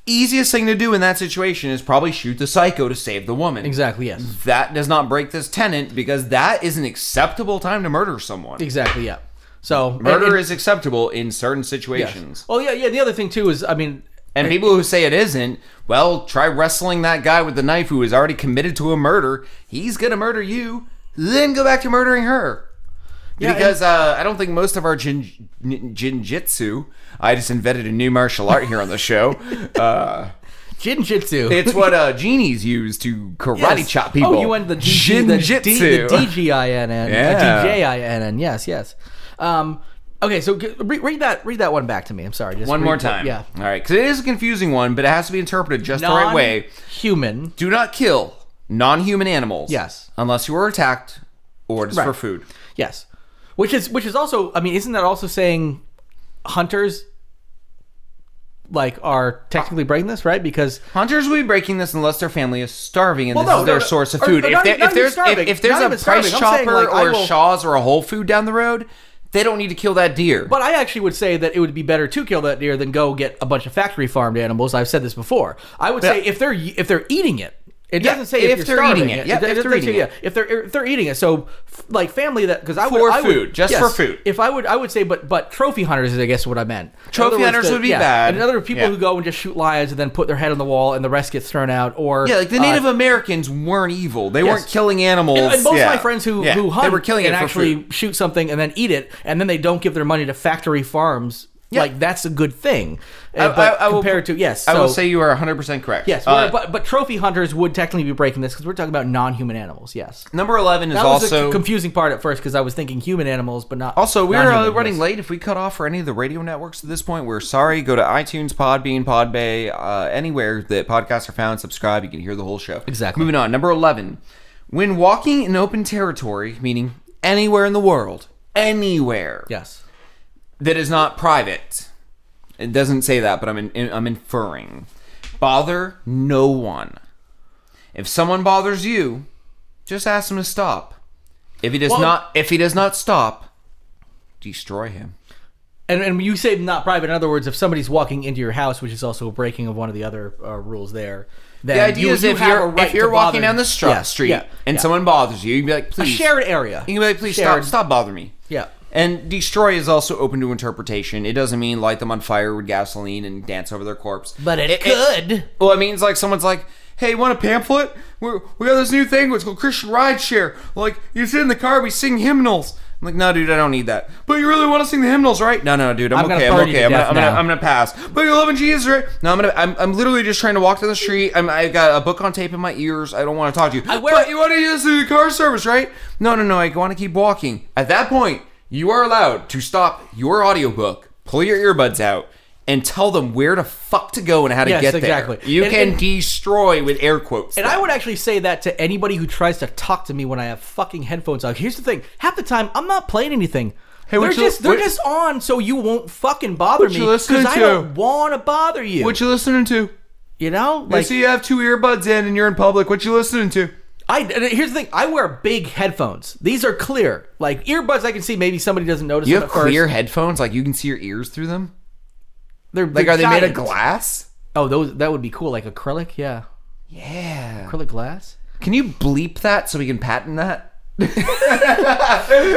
Speaker 1: Easiest thing to do in that situation is probably shoot the psycho to save the woman.
Speaker 2: exactly, yes.
Speaker 1: That does not break this tenant because that is an acceptable time to murder someone.
Speaker 2: Exactly, yeah. So
Speaker 1: Murder
Speaker 2: and- and-
Speaker 1: is acceptable in certain
Speaker 2: yes.
Speaker 1: situations.
Speaker 2: Oh yeah, yeah. The other thing too is, I mean,
Speaker 1: And people who say it isn't, well, try wrestling that guy with the knife who is already committed to a murder. He's going to murder you, then go back to murdering her.
Speaker 2: Yeah,
Speaker 1: because uh, I don't think most of our jin, jin, jinjitsu, I just invented a new martial art here on the show. Uh,
Speaker 2: Jinjitsu.
Speaker 1: it's what uh, genies use to karate
Speaker 2: Yes.
Speaker 1: chop people.
Speaker 2: Oh, you went the DG, the, D, the DGINN,
Speaker 1: Yeah.
Speaker 2: yeah. DJINN. Yes, yes. Um, okay, so g- re- read that read that one back to me. I'm sorry. Just
Speaker 1: One
Speaker 2: read
Speaker 1: more
Speaker 2: the-
Speaker 1: time.
Speaker 2: Yeah.
Speaker 1: All right. Because it is a confusing one, but it has to be interpreted just the right way.
Speaker 2: Human.
Speaker 1: Do not kill non-human animals.
Speaker 2: Yes.
Speaker 1: Unless you are attacked or just for
Speaker 2: Right.
Speaker 1: food.
Speaker 2: Yes. Which is which is also. I mean, isn't that also saying hunters like are technically breaking this right because
Speaker 1: Hunters will be breaking this unless their family is starving and
Speaker 2: Well,
Speaker 1: this
Speaker 2: no,
Speaker 1: is their
Speaker 2: no, no.
Speaker 1: source of
Speaker 2: Or-
Speaker 1: food.
Speaker 2: or
Speaker 1: if,
Speaker 2: not
Speaker 1: there-
Speaker 2: even- not
Speaker 1: if there's
Speaker 2: even starving.
Speaker 1: if, if there's
Speaker 2: Not
Speaker 1: a
Speaker 2: even
Speaker 1: price
Speaker 2: starving. I'm saying,
Speaker 1: chopper
Speaker 2: like, I
Speaker 1: or
Speaker 2: will-
Speaker 1: Shaw's or a Whole Food down the road, they don't need to kill that deer.
Speaker 2: But I actually would say that it would be better to kill that deer than go get a bunch of factory farmed animals. I've said this before. I would say
Speaker 1: Yeah.
Speaker 2: if they're if they're eating it, it
Speaker 1: Yeah,
Speaker 2: doesn't say if,
Speaker 1: if
Speaker 2: you're
Speaker 1: they're eating
Speaker 2: starving
Speaker 1: it. Yeah, if
Speaker 2: It- it
Speaker 1: they're
Speaker 2: doesn't say-
Speaker 1: eating it.
Speaker 2: yeah, if they're if they're eating it. So f- like family that because I would
Speaker 1: For
Speaker 2: I would-
Speaker 1: food, just for food.
Speaker 2: If I would I would say but but trophy hunters is I guess what I meant. In
Speaker 1: Trophy
Speaker 2: other words,
Speaker 1: hunters
Speaker 2: the-
Speaker 1: would be
Speaker 2: yeah.
Speaker 1: bad.
Speaker 2: And other people
Speaker 1: Yeah.
Speaker 2: who go and just shoot lions and then put their head on the wall and the rest gets thrown out or
Speaker 1: yeah, like the
Speaker 2: uh,
Speaker 1: Native Americans weren't evil. They weren't killing animals.
Speaker 2: and, and most
Speaker 1: Yeah.
Speaker 2: of my friends who,
Speaker 1: Yeah.
Speaker 2: who hunt
Speaker 1: they were killing
Speaker 2: and
Speaker 1: it for
Speaker 2: actually
Speaker 1: food.
Speaker 2: shoot something and then eat it, and then they don't give their money to factory farms. Like that's a good thing.
Speaker 1: I-
Speaker 2: Uh, but
Speaker 1: I- I will-
Speaker 2: compared to yes,
Speaker 1: I will
Speaker 2: so-
Speaker 1: say you are 100% correct.
Speaker 2: yes.
Speaker 1: Uh,
Speaker 2: we're- but but trophy hunters would technically be breaking this because we're talking about non-human animals. Yes,
Speaker 1: number 11 is
Speaker 2: that was the
Speaker 1: also
Speaker 2: confusing part at first because I was thinking human animals, but not.
Speaker 1: Also, we're
Speaker 2: non-human
Speaker 1: uh, running
Speaker 2: animals.
Speaker 1: late. If we cut off for any of the radio networks at this point, we're sorry. Go to iTunes, Podbean, Podbay, uh, anywhere that podcasts are found. Subscribe. You can hear the whole show.
Speaker 2: Exactly.
Speaker 1: Moving on. Number 11. When walking in open territory, meaning anywhere in the world, anywhere
Speaker 2: Yes.
Speaker 1: that is not private, it doesn't say that, but I'm, in, I'm inferring. Bother no one. If someone bothers you, just ask him to stop. If he does
Speaker 2: Well-
Speaker 1: not, if he does not stop, destroy him.
Speaker 2: And, and you say not private. In other words, if somebody's walking into your house, which is also a breaking of one of the other uh, rules there, then
Speaker 1: The idea
Speaker 2: you,
Speaker 1: is
Speaker 2: you
Speaker 1: if
Speaker 2: have
Speaker 1: you're
Speaker 2: a right
Speaker 1: if you're
Speaker 2: to
Speaker 1: walking
Speaker 2: bother-
Speaker 1: down the stra-
Speaker 2: Yeah,
Speaker 1: street
Speaker 2: yeah,
Speaker 1: and
Speaker 2: yeah.
Speaker 1: someone bothers you, you'd be like, please,
Speaker 2: shared area.
Speaker 1: You can be like, please
Speaker 2: Shared-
Speaker 1: stop, stop bothering me.
Speaker 2: Yeah.
Speaker 1: And destroy is also open to interpretation. It doesn't mean light them on fire with gasoline and dance over their corpse.
Speaker 2: But it could.
Speaker 1: well, it means like someone's like, hey, want a pamphlet? We're, we got this new thing. It's called Christian Rideshare. Like, you sit in the car, we sing hymnals. I'm like, no, dude, I don't need that. But you really want to sing the hymnals, right? No, no, dude, I'm,
Speaker 2: I'm gonna
Speaker 1: okay. I'm
Speaker 2: burn you
Speaker 1: okay.
Speaker 2: to
Speaker 1: I'm gonna,
Speaker 2: death
Speaker 1: I'm, gonna,
Speaker 2: now.
Speaker 1: I'm gonna pass. But you love in Jesus, right? No, I'm gonna. I'm, I'm literally just trying to walk down the street. I'm, I've got a book on tape in my ears. I don't want to talk to you.
Speaker 2: I wear-
Speaker 1: but you want to use the car service, right? No, no, no. I want to keep walking. At that point, you are allowed to stop your audiobook, pull your earbuds out, and tell them where to fuck to go and how to
Speaker 2: Yes,
Speaker 1: get
Speaker 2: exactly.
Speaker 1: there. You
Speaker 2: And-
Speaker 1: can
Speaker 2: and-
Speaker 1: destroy with air quotes.
Speaker 2: And
Speaker 1: there.
Speaker 2: I would actually say that to anybody who tries to talk to me when I have fucking headphones on. Here's the thing: half the time I'm not playing anything.
Speaker 1: Hey,
Speaker 2: they're
Speaker 1: what you-
Speaker 2: just they're
Speaker 1: what-
Speaker 2: just on, so you won't fucking bother me
Speaker 1: you listening
Speaker 2: I
Speaker 1: to?
Speaker 2: don't want to bother you.
Speaker 1: What you listening to?
Speaker 2: you know,
Speaker 1: I
Speaker 2: like
Speaker 1: see you have two earbuds in and you're in public. What you listening to?
Speaker 2: I and here's the thing: I wear big headphones. These are clear, like earbuds. I can see maybe somebody doesn't notice.
Speaker 1: You
Speaker 2: them
Speaker 1: have
Speaker 2: at first.
Speaker 1: clear headphones, like you can see your ears through them.
Speaker 2: They're
Speaker 1: Like,
Speaker 2: they're
Speaker 1: are they made of
Speaker 2: giant.
Speaker 1: glass?
Speaker 2: Oh, those that would be cool, like acrylic. Yeah,
Speaker 1: Yeah.
Speaker 2: acrylic glass.
Speaker 1: Can you bleep that so we can patent that?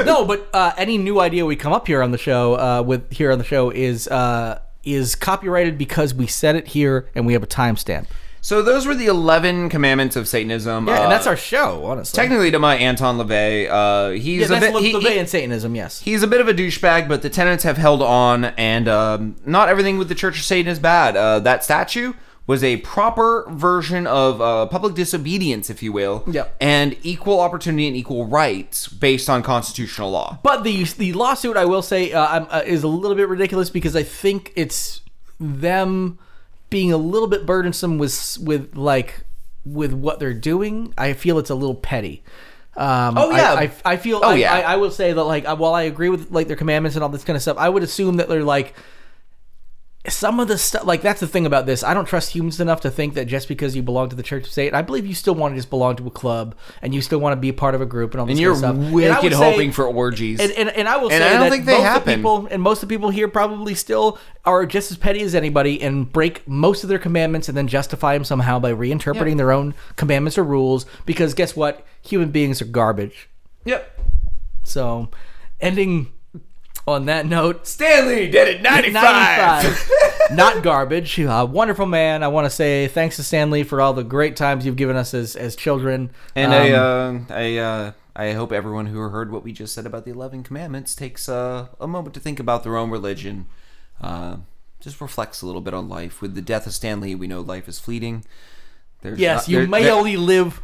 Speaker 2: no, but uh, any new idea we come up here on the show uh, with here on the show is uh, is copyrighted because we said it here and we have a timestamp.
Speaker 1: So those were the eleven commandments of Satanism.
Speaker 2: Yeah,
Speaker 1: Uh,
Speaker 2: and that's our show, honestly.
Speaker 1: technically to my Anton LaVey. Uh, he's
Speaker 2: yeah,
Speaker 1: a
Speaker 2: that's
Speaker 1: bit, he-
Speaker 2: Le-
Speaker 1: he-
Speaker 2: Levian Satanism. Yes.
Speaker 1: he's a bit of a douchebag, but the tenants have held on, and um, not everything with the Church of Satan is bad. Uh, that statue was a proper version of uh, public disobedience, if you will,
Speaker 2: Yep.
Speaker 1: and equal opportunity and equal rights based on constitutional law.
Speaker 2: But the the lawsuit, I will say, uh, I'm, uh, is a little bit ridiculous because I think it's them being a little bit burdensome with with like with what they're doing, I feel it's a little petty. Um,
Speaker 1: Oh,
Speaker 2: I-
Speaker 1: yeah.
Speaker 2: I, I, feel.
Speaker 1: Oh,
Speaker 2: I,
Speaker 1: yeah.
Speaker 2: I, I will say that like I- while I agree with like their commandments and all this kind of stuff, I would assume that they're like some of the stuff. Like that's the thing about this. I don't trust humans enough to think that just because you belong to the church of Satan, I believe you still want to just belong to a club and you still want to be a part of a group and all this
Speaker 1: And you're
Speaker 2: kind of stuff. And I
Speaker 1: wicked
Speaker 2: would say-
Speaker 1: hoping for orgies.
Speaker 2: and, and, and I will
Speaker 1: And
Speaker 2: say
Speaker 1: I don't
Speaker 2: that
Speaker 1: think they
Speaker 2: both
Speaker 1: happen.
Speaker 2: the people and most of the people here probably still are just as petty as anybody and break most of their commandments and then justify them somehow by reinterpreting their own commandments or rules because guess what human beings are garbage
Speaker 1: yep.
Speaker 2: so ending on that note
Speaker 1: Stanley did it 95.
Speaker 2: 95 not garbage uh, wonderful man I want to say thanks to Stanley for all the great times you've given us as, as children
Speaker 1: And
Speaker 2: Um,
Speaker 1: I, uh, I, uh, I hope everyone who heard what we just said about the Eleven Commandments takes uh, a moment to think about their own religion. Uh, just reflects a little bit on life. With the death of Stanley, we know life is fleeting. There's not-
Speaker 2: yes you
Speaker 1: uh, there-
Speaker 2: may
Speaker 1: there-
Speaker 2: only live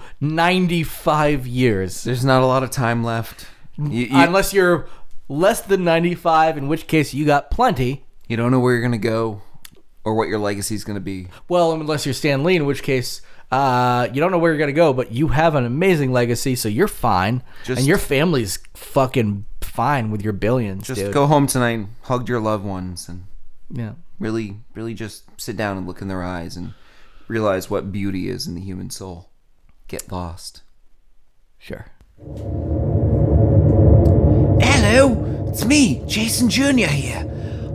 Speaker 2: 95 years
Speaker 1: There's not a lot of time left.
Speaker 2: Mm,
Speaker 1: You, you,
Speaker 2: unless you're less than 95 in which case you got plenty
Speaker 1: you don't know where you're gonna go, or what your legacy is gonna be.
Speaker 2: well unless you're stan lee in which case uh, you don't know where you're gonna go but you have an amazing legacy so you're fine
Speaker 1: Just-
Speaker 2: and your family's fucking fine with your billions
Speaker 1: Just
Speaker 2: dude.
Speaker 1: go home tonight, hug your loved ones, and
Speaker 2: yeah
Speaker 1: really, really just sit down and look in their eyes and realize what beauty is in the human soul. Get lost.
Speaker 2: sure
Speaker 1: Hello, it's me, Jason Jr. here.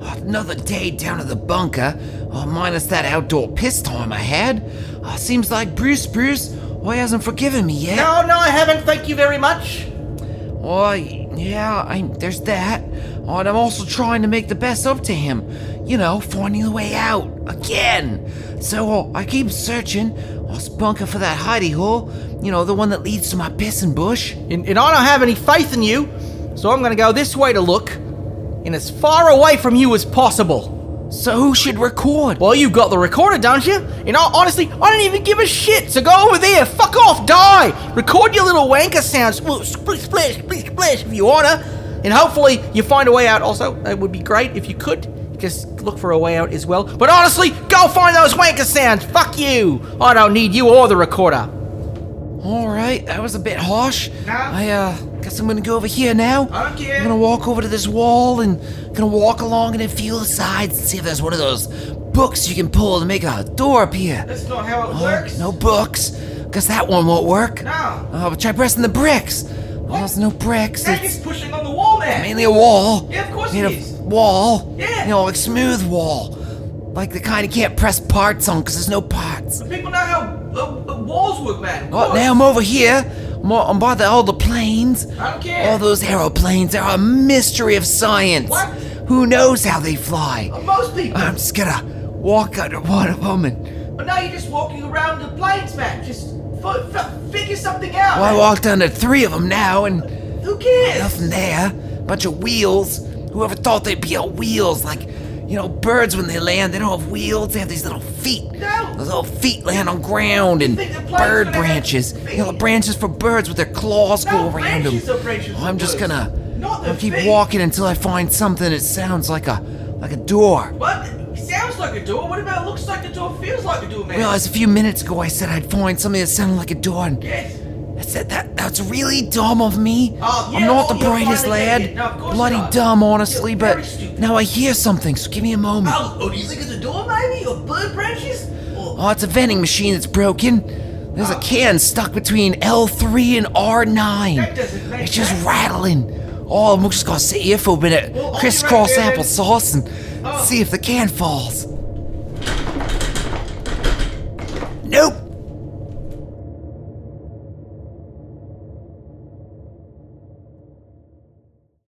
Speaker 1: Another day down at the bunker, oh, minus that outdoor piss time I had. Oh, seems like Bruce Bruce, oh, he hasn't forgiven me yet.
Speaker 2: Oh, no i haven't thank you very much
Speaker 1: Oh, yeah, I, there's that. Oh, and I'm also trying to make the best up to him. You know, finding the way out. Again! So uh, I keep searching. I was bunker for that hidey hole. You know, the one that leads to my pissing bush.
Speaker 2: and, and i don't have any faith in you so i'm gonna go this way to look and as far away from you as possible
Speaker 1: So who should record?
Speaker 2: Well, you've got the recorder, don't you? And I, honestly, I don't even give a shit. So go over there, fuck off, die. Record your little wanker sounds, well, splish, splish, splish, splish, if you wanna. And hopefully you find a way out. Also, it would be great if you could just look for a way out as well. But honestly, go find those wanker sounds. Fuck you. I don't need you or the recorder.
Speaker 1: Alright, that was a bit harsh. I, uh, guess I'm gonna go over here now. I don't care. I'm gonna walk over to this wall and gonna walk along and then feel the sides and see if there's one of those books you can pull to make a door appear.
Speaker 3: That's not how it
Speaker 1: Oh,
Speaker 3: works.
Speaker 1: No books, because that one won't work.
Speaker 3: No.
Speaker 1: Oh, but try pressing the bricks. Oh, there's no bricks.
Speaker 3: That
Speaker 1: It's
Speaker 3: is pushing on the wall there.
Speaker 1: mainly a wall.
Speaker 3: Yeah, of course
Speaker 1: Need
Speaker 3: it
Speaker 1: a
Speaker 3: is.
Speaker 1: wall.
Speaker 3: Yeah.
Speaker 1: You know, like smooth wall. Like the kind you can't press parts on because there's no parts.
Speaker 3: People know how uh, uh, walls work, man.
Speaker 1: Oh, now I'm over here. I'm, o- I'm by the, all the planes.
Speaker 3: I don't care.
Speaker 1: All those aeroplanes are a mystery of science.
Speaker 3: What? Oh,
Speaker 1: Who knows how they fly?
Speaker 3: Most people.
Speaker 1: I'm just gonna walk under one of them and
Speaker 3: but now you're just walking around the planes, man. Just f- f- figure something out.
Speaker 1: Well, I
Speaker 3: man.
Speaker 1: walked under three of them now, and
Speaker 3: Who cares?
Speaker 1: nothing there. Bunch of wheels. Whoever thought they'd be on wheels? Like, you know, birds when they land, they don't have wheels. They have these little feet.
Speaker 3: No.
Speaker 1: Those little feet land on ground and
Speaker 3: Think the plane's
Speaker 1: bird
Speaker 3: gonna have
Speaker 1: branches. You know, the branches for birds with their claws
Speaker 3: No
Speaker 1: go around them.
Speaker 3: branches are branches for
Speaker 1: I'm just
Speaker 3: birds.
Speaker 1: gonna
Speaker 3: Not the
Speaker 1: I'll keep
Speaker 3: feet.
Speaker 1: walking until I find something that sounds like a like a door.
Speaker 3: What? It sounds like a door. What about it looks like a door, feels like a door, man?
Speaker 1: Realized a few minutes ago I said I'd find something that sounded like a door, and
Speaker 3: Yes.
Speaker 1: I said that that's really dumb of me.
Speaker 3: Oh, yeah,
Speaker 1: I'm not
Speaker 3: oh,
Speaker 1: the
Speaker 3: you're
Speaker 1: brightest
Speaker 3: finally
Speaker 1: lad.
Speaker 3: getting it. No, of course
Speaker 1: Bloody
Speaker 3: not.
Speaker 1: dumb, honestly,
Speaker 3: You're very
Speaker 1: but
Speaker 3: stupid.
Speaker 1: now I hear something, so give me a moment. Oh.
Speaker 3: Oh, oh, do you think it's a door, maybe? Or bird branches? Or
Speaker 1: it's a vending machine that's broken. There's a can stuck between L3 and R9.
Speaker 3: That doesn't make
Speaker 1: It's just
Speaker 3: sense.
Speaker 1: rattling. Oh, I'm just gonna sit here for a minute,
Speaker 3: Well, hold it
Speaker 1: crisscross
Speaker 3: right there, then.
Speaker 1: applesauce, and
Speaker 3: Oh.
Speaker 1: see if the can falls. Nope,